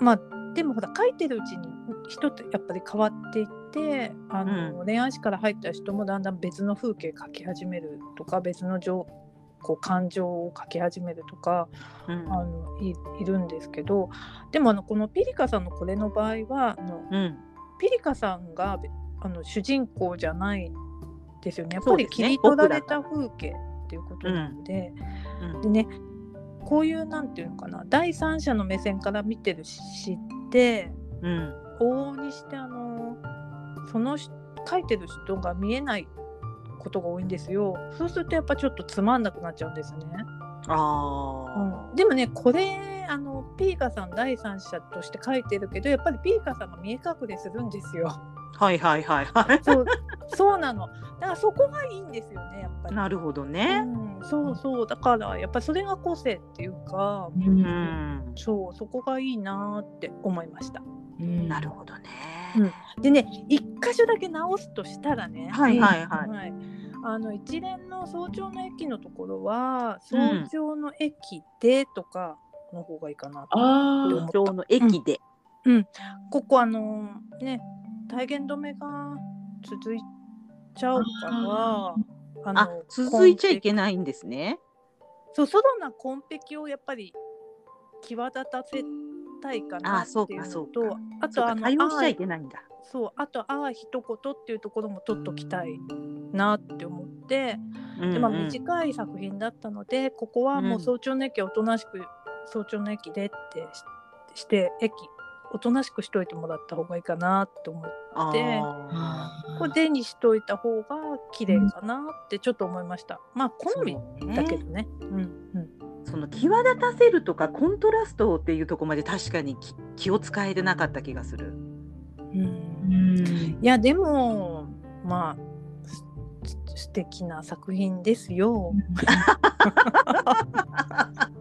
S2: まあでもほら書いてるうちに人ってやっぱり変わっていってあの、恋愛史から入った人もだんだん別の風景書き始めるとか別の情こう感情を書き始めるとか
S1: うん
S2: あのいいるんですけどでもあのこのピリカさんのこれの場合はあの
S1: うん
S2: ピリカさんがべあの主人公じゃないですよねやっ
S1: そ
S2: ぱ
S1: うで
S2: り
S1: すね
S2: 切り取られた風景っていうことなので,、
S1: うん
S2: でねこういうなんていうのかな第三者の目線から見てる詩って
S1: うん
S2: 往々にしてあのその人書いてる人が見えないことが多いんですよそうするとやっぱちょっとつまんなくなっちゃうんですね。
S1: あ
S2: うんでもねこれあのピーカさん第三者として書いてるけどやっぱりピーカさんが見え隠れするんですよ。
S1: あはいはいはいは
S2: そう そうなのだからそこがいいんですよねやっぱ
S1: い
S2: り。
S1: なるほどね
S2: うん、そうそうだからやっぱりそれが個性っていうか、
S3: う
S1: うんん
S2: そうそこがいいなーって思いました。
S3: うん
S1: なるほどね
S2: でね一箇所だけ直すとしたらね、
S1: はいはいはい
S2: はい、あの一連の早朝の駅のところは早
S1: うん
S2: 朝の駅でとかの方がいいかなと
S3: あ
S2: う
S3: ー
S2: ん
S1: 東京の駅で
S2: ここあのね体言止めが続いちゃうから
S1: あ
S2: の
S1: 続いちゃいけ
S2: い
S1: ないんですね
S2: そうソロな紺碧をやっぱり際立たせたいかな
S1: あ
S2: っ
S1: そう
S2: て
S1: か
S2: いうの
S1: そう
S2: と
S1: か
S2: あ
S1: そう
S2: とあ
S1: か
S2: の
S1: 対応しちゃい
S2: あ
S1: けないんだ
S2: ーそうあとあー一言っていうところも取っときたいなって思って、でまあ
S1: うんうん
S2: 短い作品だったのでここはもううん早朝の駅はおとなしく早朝の駅でってしして駅おとなしくしといてもらった方がいいかなって思って
S1: あー
S3: あー
S2: これでにしといた方が綺麗かなってちょっと思いました。まあ好み
S1: そうね
S2: だけどね。うんうん
S1: その際立たせるとかコントラストっていうとこまで確かにき気を使えてなかった気がする。
S2: うん
S3: うん
S2: いやでもまあすす素敵な作品ですよ。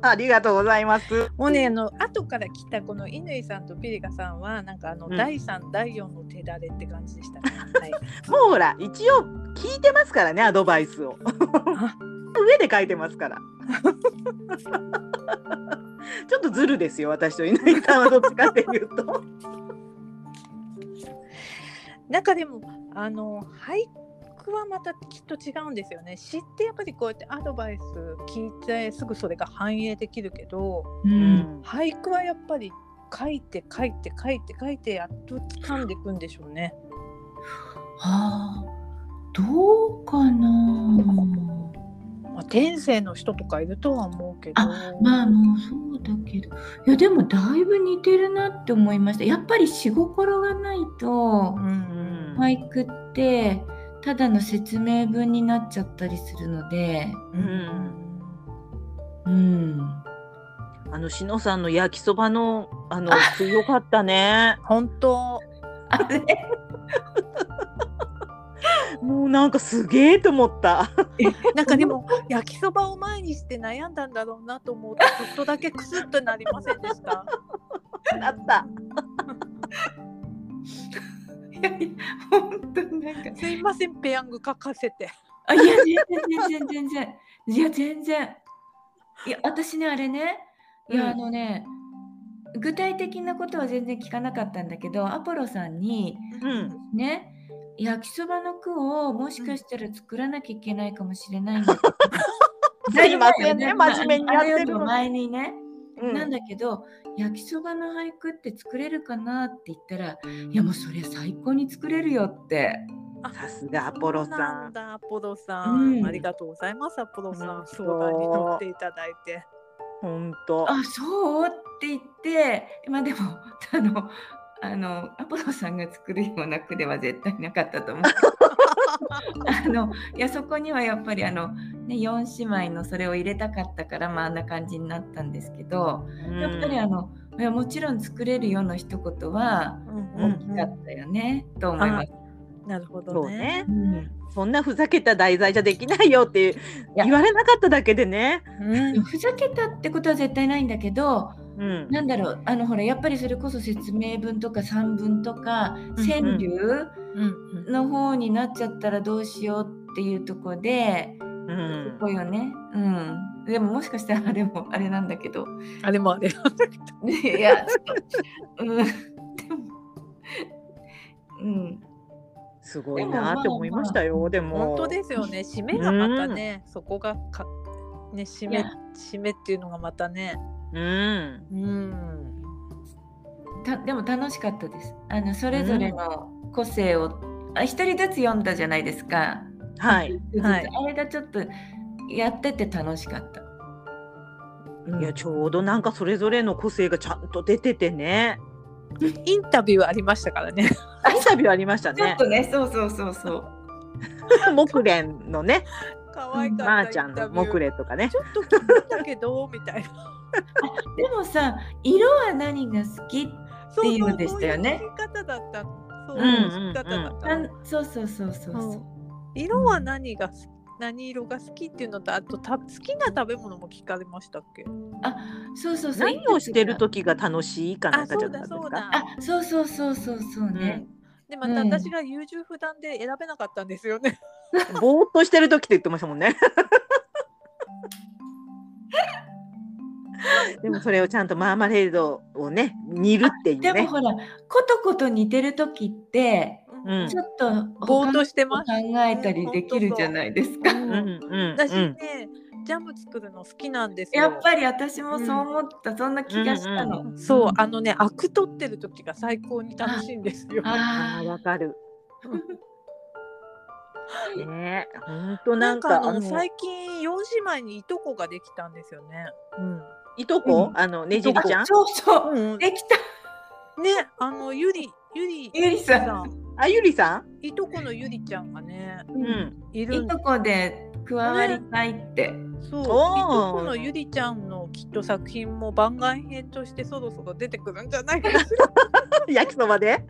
S1: ありがとうございます。
S2: もうねあの後から来たこの乾さんとピリカさんはなんかあの、
S1: うん
S2: 第3第4の手だれって感じでしたね。はい、
S1: もうほら一応聞いてますからねアドバイスを。
S2: あ
S1: 上で書いてますから。ちょっとずるですよ私と稲井さんはどっちかっていうと。
S2: なんかでもあの俳句はまたきっと違うんですよね。詩ってやっぱりこうやってアドバイス聞いてすぐそれが反映できるけど。
S3: う
S1: うん
S2: 俳句はやっぱり書いて書いて書いて書いてやっと掴んでいくんでしょうね。
S3: あーどうかな
S2: まあ、天性の人とかいるとは思うけど。
S3: あまあもうそうだけどいやでもだいぶ似てるなって思いましたやっぱり詩心がないと
S2: うん
S3: 俳句ってただの説明文になっちゃったりするので
S2: うんう
S3: う
S2: ん
S3: ん
S1: あの篠さんの焼きそばのあの強かったね。
S2: 本当
S3: あれ
S1: もうなんかすげえと思った。
S2: なんかでも焼きそばを前にして悩んだんだろうなと 思うとちょっとだけクスッとなりませんでし
S1: あ
S2: た。
S1: った。
S3: いやいや本当になんか
S2: すいませんペヤング書かせて。
S3: あいや全然全然全然いや全然いや私ねあれねいや、
S1: うん
S3: あのね具体的なことは全然聞かなかったんだけどアポロさんに
S1: うん
S3: ね焼きそばの句をもしかしたら作らなきゃいけないかもしれないんだけど
S1: すいませんね
S3: だいぶ
S1: 真面目にやってるのに
S3: あれよりも前にね、
S1: うん
S3: なんだけど焼きそばの俳句って作れるかなって言ったらいやもうそれ最高に作れるよって
S1: さすがアポロ
S2: そう
S1: さ
S2: なん
S1: ん。
S2: だアポロさん、
S3: うん
S2: ありがとうございますアポロさ
S1: うんん
S2: 相談に乗っていただいて。
S1: 本当。
S3: あそうって言ってまあでも あのあのアポロさんが作るような句では絶対なかったと思う。 あのいやそこにはやっぱりあの、ね、4姉妹のそれを入れたかったから、まあ、あんな感じになったんですけど、
S1: うん
S3: やっぱりあのいやもちろん作れるよの一言は
S2: うん
S1: う
S3: 大
S1: ん
S3: きかったよね、と思います。
S2: なるほ
S1: そ
S2: ど
S1: うね
S2: ね。
S3: うん
S1: そんなふざけた題材じゃできないよっていう
S3: や
S1: 言われなかっただけでね。
S2: うん
S3: ふざけたってことは絶対ないんだけど
S1: うん、
S3: なんだろうあのほらやっぱりそれこそ説明文とか散文とか
S2: うん
S3: 川柳
S2: うん
S3: の方になっちゃったらどうしようっていうとこで、
S1: うん
S3: ここよね、うん、でももしかしたらあれもあれなんだけ ど
S2: あれもあれ。
S3: いや、うん、でも、うん、
S1: すごいなって思いましたよ。でも
S2: 本当ですよね。締めがまたね、そこがかね締
S3: い
S2: め
S3: や
S2: 締めっていうのがまたね。
S1: うん。
S2: うん。
S3: たでも楽しかったですあのそれぞれの個性をあ一人ずつ読んだじゃないですか。
S1: はい。
S2: はい
S3: あれがちょっとやってて楽しかった。うん
S1: いやちょうどなんかそれぞれの個性がちゃんと出ててね。
S2: インタビューありましたからね。
S1: インタビューありました
S3: ちょっ
S1: ね。
S3: とね、そうそうそうそう。
S1: 木蓮のね、
S2: 可愛かった。
S1: まーちゃんの木
S2: れ。
S1: 蓮とかね。
S2: ちょっと気になったけどみたいな。
S3: でもさ、色は何が好き？
S2: そう
S3: っていうのでしたよね
S2: そうそういう言い方だった。そう
S1: うん
S2: いう
S1: うん
S2: 言い方だった。
S3: なんそうそうそうそうそう。
S2: うん色は何が好き何色が好きっていうのとあとた好きな食べ物も聞かれましたっけ
S3: あ、そうそうそう。
S1: 何をしてる時が楽しいかなんかじゃなかったですか。
S3: あ、そうそうそうそうそうね。
S2: でまた
S3: うん
S2: 私が優柔不断で選べなかったんですよね、
S1: ぼーっとしてる時って言ってましたもん ね。でもそれをちゃんとマーマレードをね煮るっていう
S3: でも
S1: ね。
S3: ほら、ことこと似てる時って、
S1: うん
S3: ちょっと
S2: ぼーっと
S3: 他
S2: してます
S3: のこと考えたりできるじゃないですか。
S1: うんうん
S2: 私
S1: うん
S2: ね、ジャム作るの好きなんですよ
S3: やっぱり私もそう思った、そんな気がしたの。
S1: うん
S2: そうあのねアク取ってる時が最高に楽しいんですよ
S1: あ
S3: あ
S1: ー
S3: あ、
S1: わかる。 ねえ、本当
S2: な
S1: なんん
S2: か
S1: か
S2: あの
S1: あの
S2: 最近4姉妹にいとこができたんですよね
S1: いとこ、あのねじりちゃん
S3: あ。そうそう。
S2: うん、うん、ね
S3: できた
S2: あのゆりゆり
S3: ゆりさん
S1: あゆりさん。
S2: いとこのゆりちゃんがね
S1: うん。
S2: いる
S3: い
S2: んで
S3: とこで加わりたいって。
S2: そう、いと
S1: おー
S2: このゆりちゃんのきっと作品も番外編としてそろそろ出てくるんじゃないかな。
S1: 焼きそばで。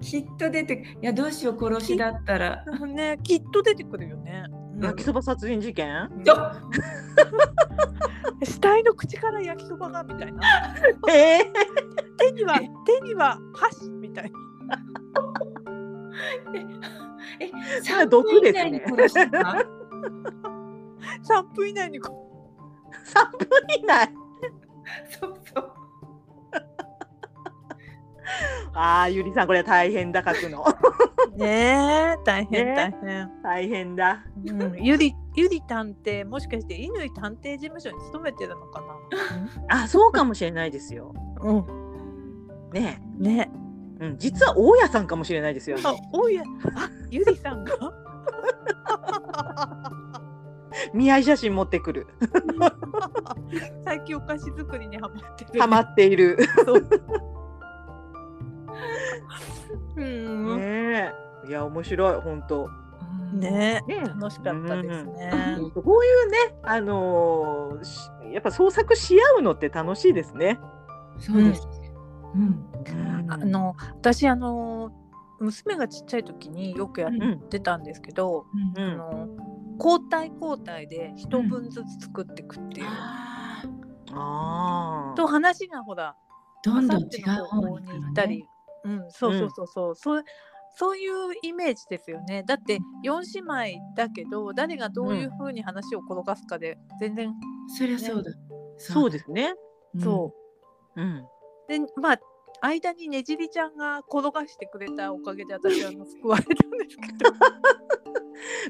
S3: きっと出ていやどうしよう殺しだったら。
S2: ね、 きっと出てくるよね。うん
S1: 焼きそば殺人事件。
S2: うん
S3: ちょ
S2: 死体の口から焼きそばがみたいな。
S1: ええ
S2: 手に は、手には箸みたいな。
S3: え
S1: それは毒ですね
S3: 3分以内に殺した
S2: 3分以内にこ
S1: 三分以内。
S3: そうそう。
S1: ああ、ゆりさん、これは大変だ、書く の。
S2: う。ねえ、大変、
S1: ね
S2: 大変。
S1: 大変だ。
S2: うん、ゆり、ゆり探偵、もしかして乾探偵事務所に勤めてるのか
S1: あ、そうかもしれないですよ。
S2: な。うん、
S1: ね
S2: ね。
S1: え、うん、実は大家さんかもしれないですよ。
S2: あ、おいや、あ、ゆりさんが。
S1: 見合い写真持ってくる。
S2: 最近お菓子作りにハマってる。
S1: ハマっている。
S2: うん。
S1: ねえ。いや、面白い、本当。
S2: ね
S1: ねえ
S2: 楽しかったですね。
S3: うん
S1: こういうね、あのーしやっぱ創作し合うのって楽しいですね。
S3: そうです。うん。
S2: あの私あの娘がちっちゃい時によくや
S1: うん、
S2: ってたんですけど、
S1: う
S2: あ
S1: ん、
S2: の交代交代で一分ずつ作っていくっていう。
S3: あー
S1: ああ。
S2: と話がほら
S3: どんどん
S2: あ
S3: 違
S2: さって
S3: う
S2: の方
S3: 方
S2: 向
S3: に行
S2: に行
S3: く
S2: っ
S3: の
S2: た
S3: ね
S2: り、うん、そうそうそうそう、そうそういうイメージですよねだって4姉妹だけど誰がどういうふうに話を転がすかで全然、
S3: そりゃそうだ。
S1: そう
S3: だ
S1: ですね。
S2: そう
S1: うん。
S2: でまあ間にねじりちゃんが転がしてくれたおかげで私はあの救われたんですけど。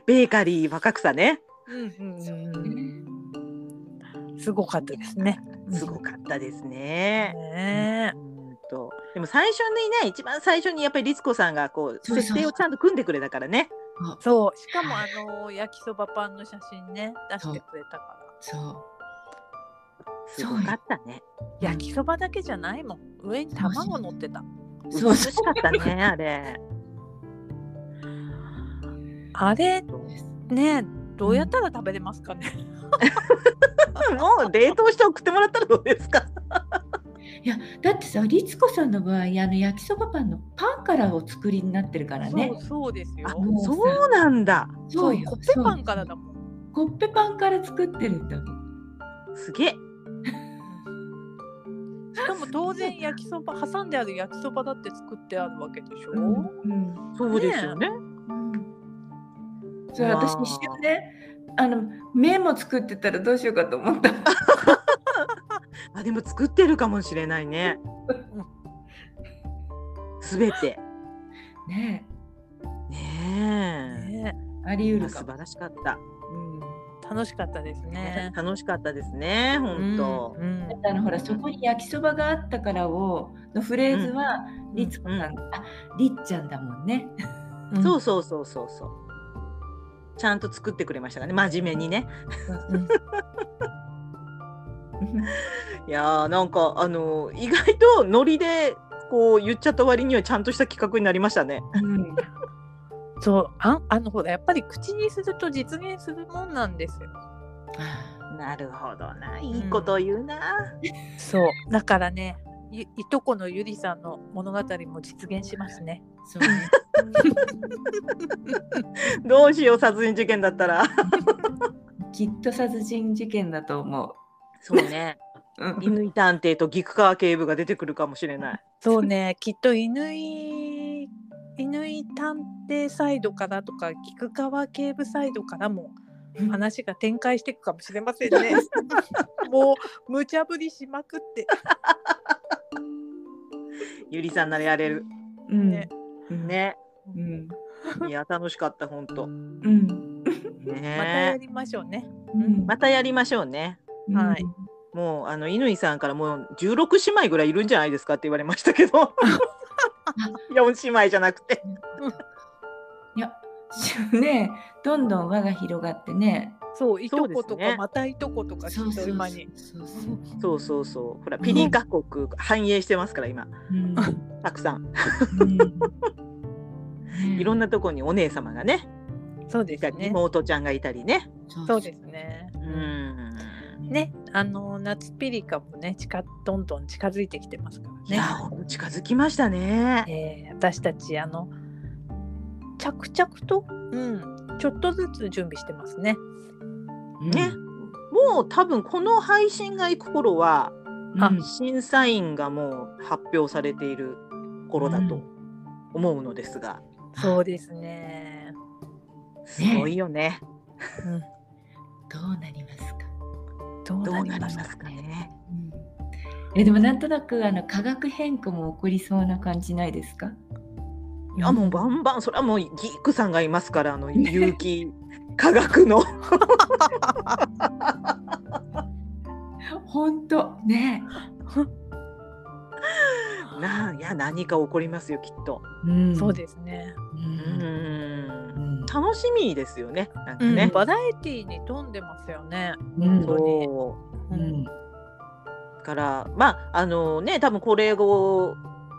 S1: ベーカリー若草ね。
S2: うん
S3: そううん
S2: うん
S3: ね。
S2: すごかったですね。
S1: すごかったですね。
S2: ね
S1: うんとでも最初にね一番最初にやっぱり律子さんがこう
S3: そうそう
S1: 設定をちゃんと組んでくれたからね
S2: え。そう、しかもあの焼きそばパンの写真ね、出してくれたか
S3: そう。
S1: すごかったね
S2: ら。焼きそばだけじゃないもん、上に卵乗ってた。
S3: そう
S1: 美しかったねあれ
S2: あれ、
S3: です
S2: ね、どうやったら食べれますかね。
S1: もう冷凍して送ってもらったらどうですか。
S3: いやだってさ律子さんの場合あの焼きそばパンのパンからお作りになってるからね
S2: そう そうですよ
S1: あ
S3: もうさ
S1: そうなんだ。
S2: そう
S3: よ
S2: コッペパンからだもん
S3: コッペパンから作ってるんだもん
S1: すげえ。
S2: しかも当然焼きそば挟んである焼きそばだって作ってあるわけでしょ、
S3: うん
S1: そうですよね。
S3: うんそれ私
S1: わあ
S3: 一瞬ねあの麺も作ってたらどうしようかと思った
S1: あでも作ってるかもしれないね。すべて。
S3: ね
S1: ね
S2: ね、
S3: えあり
S1: え。い
S3: 得
S1: や
S3: る
S1: 素
S3: かも
S1: 晴らしかった。
S3: うん
S2: 楽しかったですね
S1: 楽しかったですね。本当。
S2: うん
S3: あのほらそこに焼きそばがあったからをのフレーズは、りつこさん、ありっちゃんだもんね。
S2: うん
S1: そうそうそうそうそう。ちゃんと作ってくれましたからね。真面目にね。いやーなんかあのー意外とノリでこう言っちゃった割にはちゃんとした企画になりましたね。
S3: うん
S2: そうああのほらやっぱり口にすると実現するもんなんですよ
S1: なるほどな。いいこと言うな。
S2: そうだからねいいとこのゆりさんの物語も実現しますね
S3: そうね。
S1: どうしよう殺人事件だったら。
S3: きっと殺人事件だと思う。
S1: そうね。
S3: うん
S1: 犬探偵と菊川警部が出てくるかもしれない。
S2: そうねきっと犬井犬井探偵サイドからとか菊川警部サイドからも話が展開していくかもしれませんね もう無茶ぶりしまくって
S1: ゆりさんならやれる。
S3: うん
S2: ね
S3: うん
S1: ね。
S3: うん
S1: いや楽しかった本当。
S3: うん
S2: またや
S1: ね。
S2: りましょうね
S3: うん
S1: またやりましょうね。
S2: はい
S1: もうあの乾さんからもう16姉妹ぐらいいるんじゃないですかって言われましたけど4姉妹じゃなくて
S3: いやし ねどんどん輪が広がってね。
S2: そういと
S1: そ
S2: こと
S1: うです
S2: か
S1: ね
S2: またいとことかきっ
S3: そう
S2: と
S3: そう
S2: 今に
S3: そうそう。
S1: そうそうそうほらピリカ国繁栄してますから今
S3: うん
S1: たくさん
S3: うん
S1: いろんなとこにお姉様がね
S2: そうで
S1: いた
S2: す
S1: り
S2: ね
S1: 妹ちゃんがいたりね
S2: そうですね
S1: うん
S2: ねあの夏ピリカもね近どんどん近づいてきてますか
S1: い
S2: らね
S1: やほんと近づきましたね
S2: えー私たちあの着々と、うん、ちょっとずつ準備してますね。
S1: ねもう多分この配信が行く頃は
S2: あ
S3: うん
S1: 審査員がもう発表されている頃だと思うのですが、
S2: そうで すね。
S1: すごいよね
S3: どうなりますか。
S2: どう
S1: どう
S2: なり
S1: なりま
S2: ますす
S1: か
S2: かね。
S1: ね
S3: うんえでもなんとなくあの化学変化も起こりそうな感じないですか。
S1: いやもうバンバンそれはもうギークさんがいますからあの有機化学の
S3: 本当ね。
S1: なんいや何か起こりますよきっと。
S3: うん
S2: そうですね。
S3: う。
S1: うんん
S3: うん
S1: 楽しみですよね。なんか
S2: うん
S1: ね。
S2: バラエティに富んでますよね。
S3: うん
S2: 本当に。
S1: そう
S2: うん
S3: ん
S1: だからまああのね多分これを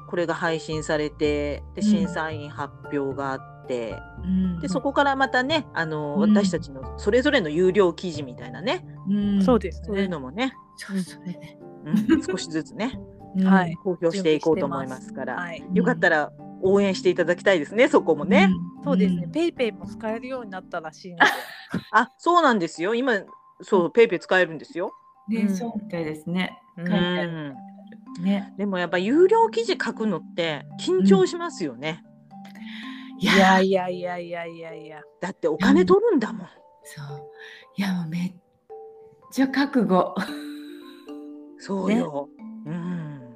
S1: これが配信されてで
S3: ん
S1: 審査員発表があって、
S3: うん
S1: でそこからまたねあの、
S3: うん
S1: 私たちのそれぞれの有料記事みたいなね、
S3: うん
S2: そうですね。
S1: そういうのもね、
S3: そうそれね。
S1: うん、少しずつね
S2: はい
S1: 公表していこうと思いますから、
S2: はい。
S1: よかったら応援していただきたいですねそこも
S3: うん。
S1: ね。
S3: ん
S2: そうですね。。ペイペイも使えるようになったらしいので。
S1: あそうなんですよ今そうペイペイ使えるんですよ。
S2: う
S3: ね、
S2: ん
S3: そうみたいですね。
S2: う
S3: 書
S2: ん
S3: いうてある
S1: ん
S3: ね。
S1: でもやっぱ有料記事書くのって緊張しますよね、
S3: い
S2: い
S3: や、
S2: やいやいやいやいやいや。
S1: だってお金取るんだもん、
S3: そう。いや、もうめっちゃ覚悟。
S1: そうよ、うんも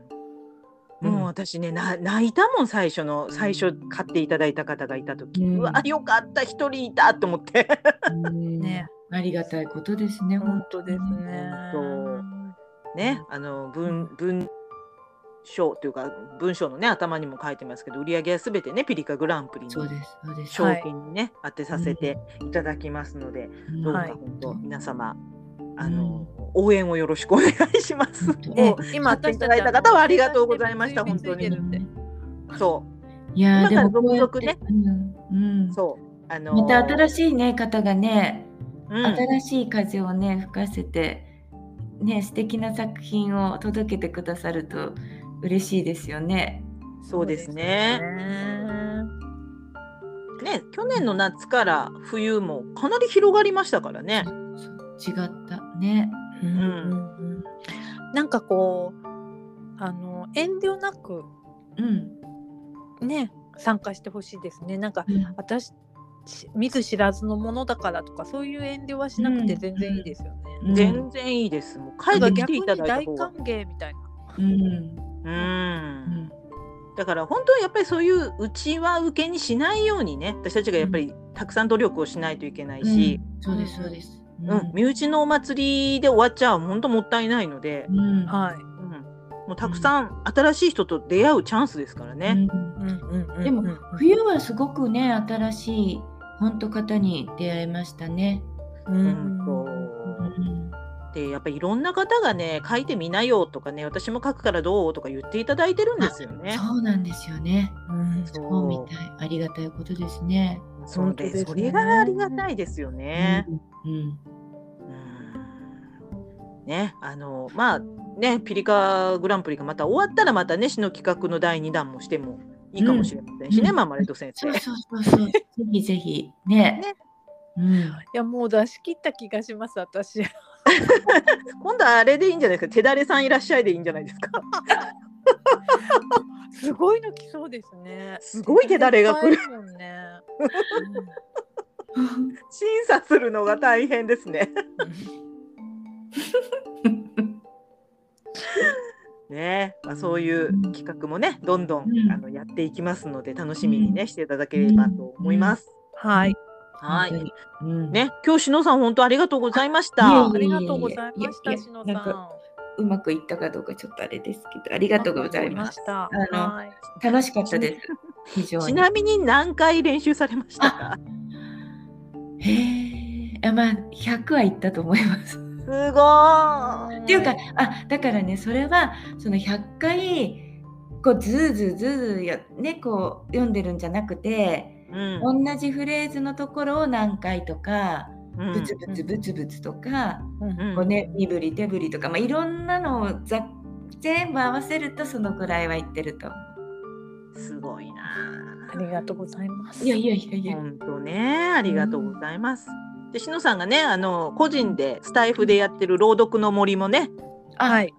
S1: う
S3: うん
S1: 私ねな泣いたもん最初の最初買っていただいた方がいた時、う
S3: うん
S1: わよかった一人いたと思って
S2: ね
S3: ね。。ありがたいことですね。
S2: 本当ですね。
S1: 本ねあの文文章というか文章のね頭にも書いてますけど売り上げはすべてねピリカグランプリに
S3: そうです。そうです。
S1: 商品にね、当てさせていただきますので、
S3: うん
S1: どうか
S2: はい
S1: 本当、皆様あの、応援をよろしくお願いします。
S3: え
S1: も
S2: 今
S1: 買っていただいた方はありがとうございました本当にう そ
S3: いやー
S1: 今から
S3: でもこうやって
S1: 続
S3: うんうん
S1: う、そう、あの
S3: また
S1: し
S3: 新しいね方がね、
S1: い、うん
S3: 新しい風をね吹かせてね素敵な作品を届けてくださると嬉しいですよね。
S1: そうですね。ね、去年の夏から冬もかなり広がりましたからね。
S3: そう違ったね。
S2: うんうんなんかこうあの遠慮なく
S3: うん。
S2: ね参加してほしいですね。なんか
S3: うん
S2: 私し見ず知らずのものだからとかそういう遠慮はしなくて
S3: うん
S2: 全然いいですよね。
S3: うん
S1: 全然いいです。もう海
S2: な
S1: 外来
S2: んか逆
S1: てい
S2: に
S1: ただい
S2: 大
S1: た方
S2: 歓
S1: が。
S2: 迎みたいな。
S3: うん。
S1: う。
S3: うんん。
S1: だから本当にやっぱりそういう内輪受けにしないようにね、私たちがやっぱりたくさん努力をしないといけないし、
S3: そうですそうです。
S1: うん、身内のお祭りで終わっちゃう本当もったいないので、
S3: うん。
S2: はい。
S1: うん、もうたくさん新しい人と出会うチャンスですから
S3: う
S1: ね。
S3: ん。
S2: うんうんうんうん
S3: でも冬はすごくね新しい本当方に出会いましたね。
S2: う
S1: うんんと
S3: うん。
S1: でやっぱりいろんな方がね書いてみなよとかね私も書くからどうとか言っていただいてるんですよね。
S3: そうなんですよね。
S2: うん
S1: そ
S3: そうみたいありがたいことですね。
S1: そう
S2: 本当ですね
S1: それがありがたいですよね。
S3: うん。
S1: うんねあのまあねピリカグランプリがまた終わったらまたね詩の企画の第2弾もしてもいいかもしれませんしね、
S3: うん
S1: マーマレード先生。
S3: そうそうそうそう。ぜひぜひね。
S1: ね
S3: うん。
S2: いやもう出し切った気がします私。
S1: 今度はあれでいいんじゃないですか手だれさんいらっしゃいでいいんじゃないですか。
S2: すごいの来そうですね。
S1: すごい手だれが来る
S2: いっぱいあもんね。
S1: 審査するのが大変ですね。ねまあ、そういう企画もねどんどん、
S3: うん
S1: あのやっていきますので楽しみにね、していただければと思います。
S2: はい。
S1: はい、
S3: 本当に。うん。
S1: ね今日しのさん本当ありがとうございまし
S3: いえい
S1: た
S3: え
S2: あ。りがとうございまし
S3: い
S2: た
S3: やいや
S2: しの
S3: な
S2: さ
S3: ん
S2: ん。
S3: かうまくいったかどうかちょっとあれですけど、ありがとうございます。
S2: ありがとうございました。
S3: あの
S2: はい。
S3: 楽しかったです。非常
S1: ち
S3: に。
S1: なみに何回練習されましたか
S3: へえ。あまあ100は行ったと思います。
S1: すご
S3: っていうかあだからねそれはその100回こうずーずーずーずーやねこう読んでるんじゃなくて、
S1: い、うん
S3: 同じフレーズのところを何回とか、
S1: うん
S3: ブツブツブツブツとか、
S1: うん
S3: こうね身振り手振りとか、まあ、いろんなのをざ全部合わせるとそのくらいはいってると。
S1: すごいな
S2: ありがとうございます。
S3: いやいやいやいや。
S1: 本当ねありがとうございます。でしのさんがねあの個人でスタイフでやってる朗読の森もね、
S2: はい。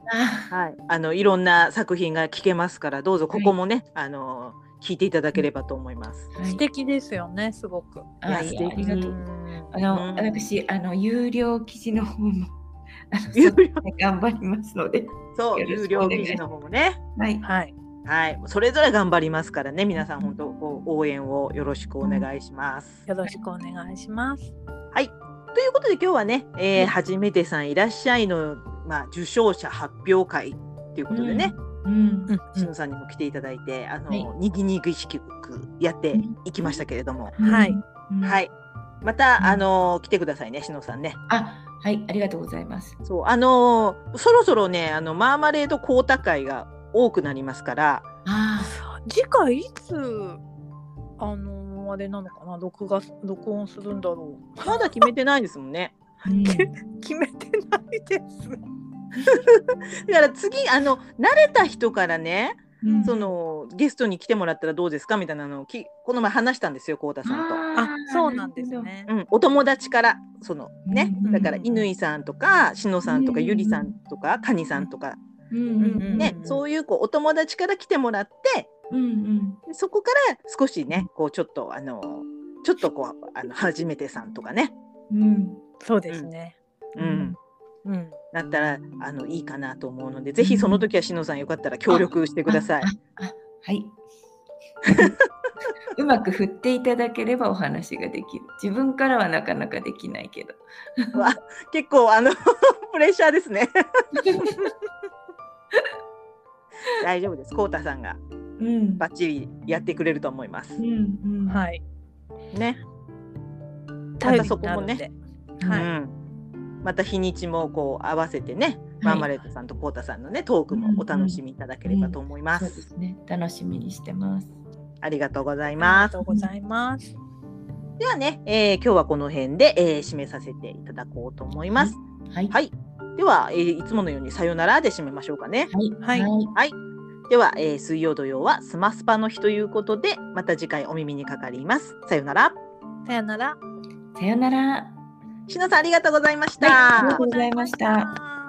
S3: あ
S1: はい、あのいろんな作品が聞けますからどうぞここもね、あの聞いていただければと思います。
S3: はい
S2: 素敵ですよね、すごく。
S3: あ
S1: いや
S3: いや
S1: 素
S3: あ
S1: 敵
S3: りがと
S2: う
S3: うんあの、
S1: うん
S3: 私あの有料記事の方もあの
S1: 有料
S3: そうですね頑張りますので。
S1: そう
S3: よろ
S1: 有
S3: しく
S1: 料
S3: お願い
S1: 記事の方もね
S3: はい。
S2: はい。
S1: はいそれぞれ頑張りますからね皆さん本当こう応援をよろしくお願いします。
S2: よろしくお願いします。
S1: はいということで今日はね、えー初めてさんいらっしゃいのまあ受賞者発表会ということでね、
S3: うん
S2: うん
S1: しのさんにも来ていただいて、あの、
S3: はい。
S1: にぎにぎしくやっていきましたけれども、
S2: はい。
S1: はいい。また、
S3: ん
S1: あの来てくださいね、しのさんね。
S3: あ、はい、ありがとうございます。
S1: そう、あのそろそろね、あのマーマレード高多会が多くなります から。
S3: あ
S2: 次回いつ、あの、あれなのかな、録画、録音するんだろう。
S1: まだ決めてないですもんね。
S3: あ、うん
S2: 決めてないです。
S1: だから次、あの慣れた人からね、
S2: うん
S1: そのゲストに来てもらったらどうですかみたいなのをき、この前話したんですよ、高多さんと。
S2: あ、そうなんです。ね
S1: う。ん、お友達からそのね、
S3: うん
S1: だから乾さんとかしのさんとかゆりさんとかかにさんとか
S3: うんうんうん。
S1: ね、そういうこうお友達から来てもらって
S3: うんうん。
S1: でそこから少しねこうちょっとあのちょっとこうあの初めてさんとかね、
S3: うん。
S2: そうですね。
S1: う
S3: うん
S1: ん、
S2: うん。
S1: だったらあのいいかなと思うのでぜひその時はしのさんよかったら協力してください
S3: あ。。ああはい。うまく振っていただければお話ができる。自分からはなかなかできないけど。
S1: 結構あの プレッシャーですね。 大丈夫です。こうたさんが
S3: うん
S1: バッチリやってくれると思います
S3: う。んうん。い。
S2: はい。
S1: ね。
S2: 頼りになるんで。は
S1: う
S2: い。
S1: んまた日にちもこう合わせてね、マーマレードさんとこうたさんのねトークもお楽しみいただければと思いま
S3: そう
S1: す。
S3: ですね。楽しみにしてます。
S1: ありがとうござい
S2: あ
S1: ま
S2: りが
S1: す
S2: と。うございます。
S1: ではね、えー今日はこの辺で、えー締めさせていただこうと思います。
S3: はい。
S1: はいでは、えーいつものようにさよならで締めましょうかね。
S2: はい
S3: はい
S1: では、えー水曜土曜はスマスパの日ということで、また次回お耳にかかります。さよなら。
S2: さよなら。
S3: さよなら。
S1: しのさんありがとうございました。
S3: はいありがとうございました
S2: ありがとうございました。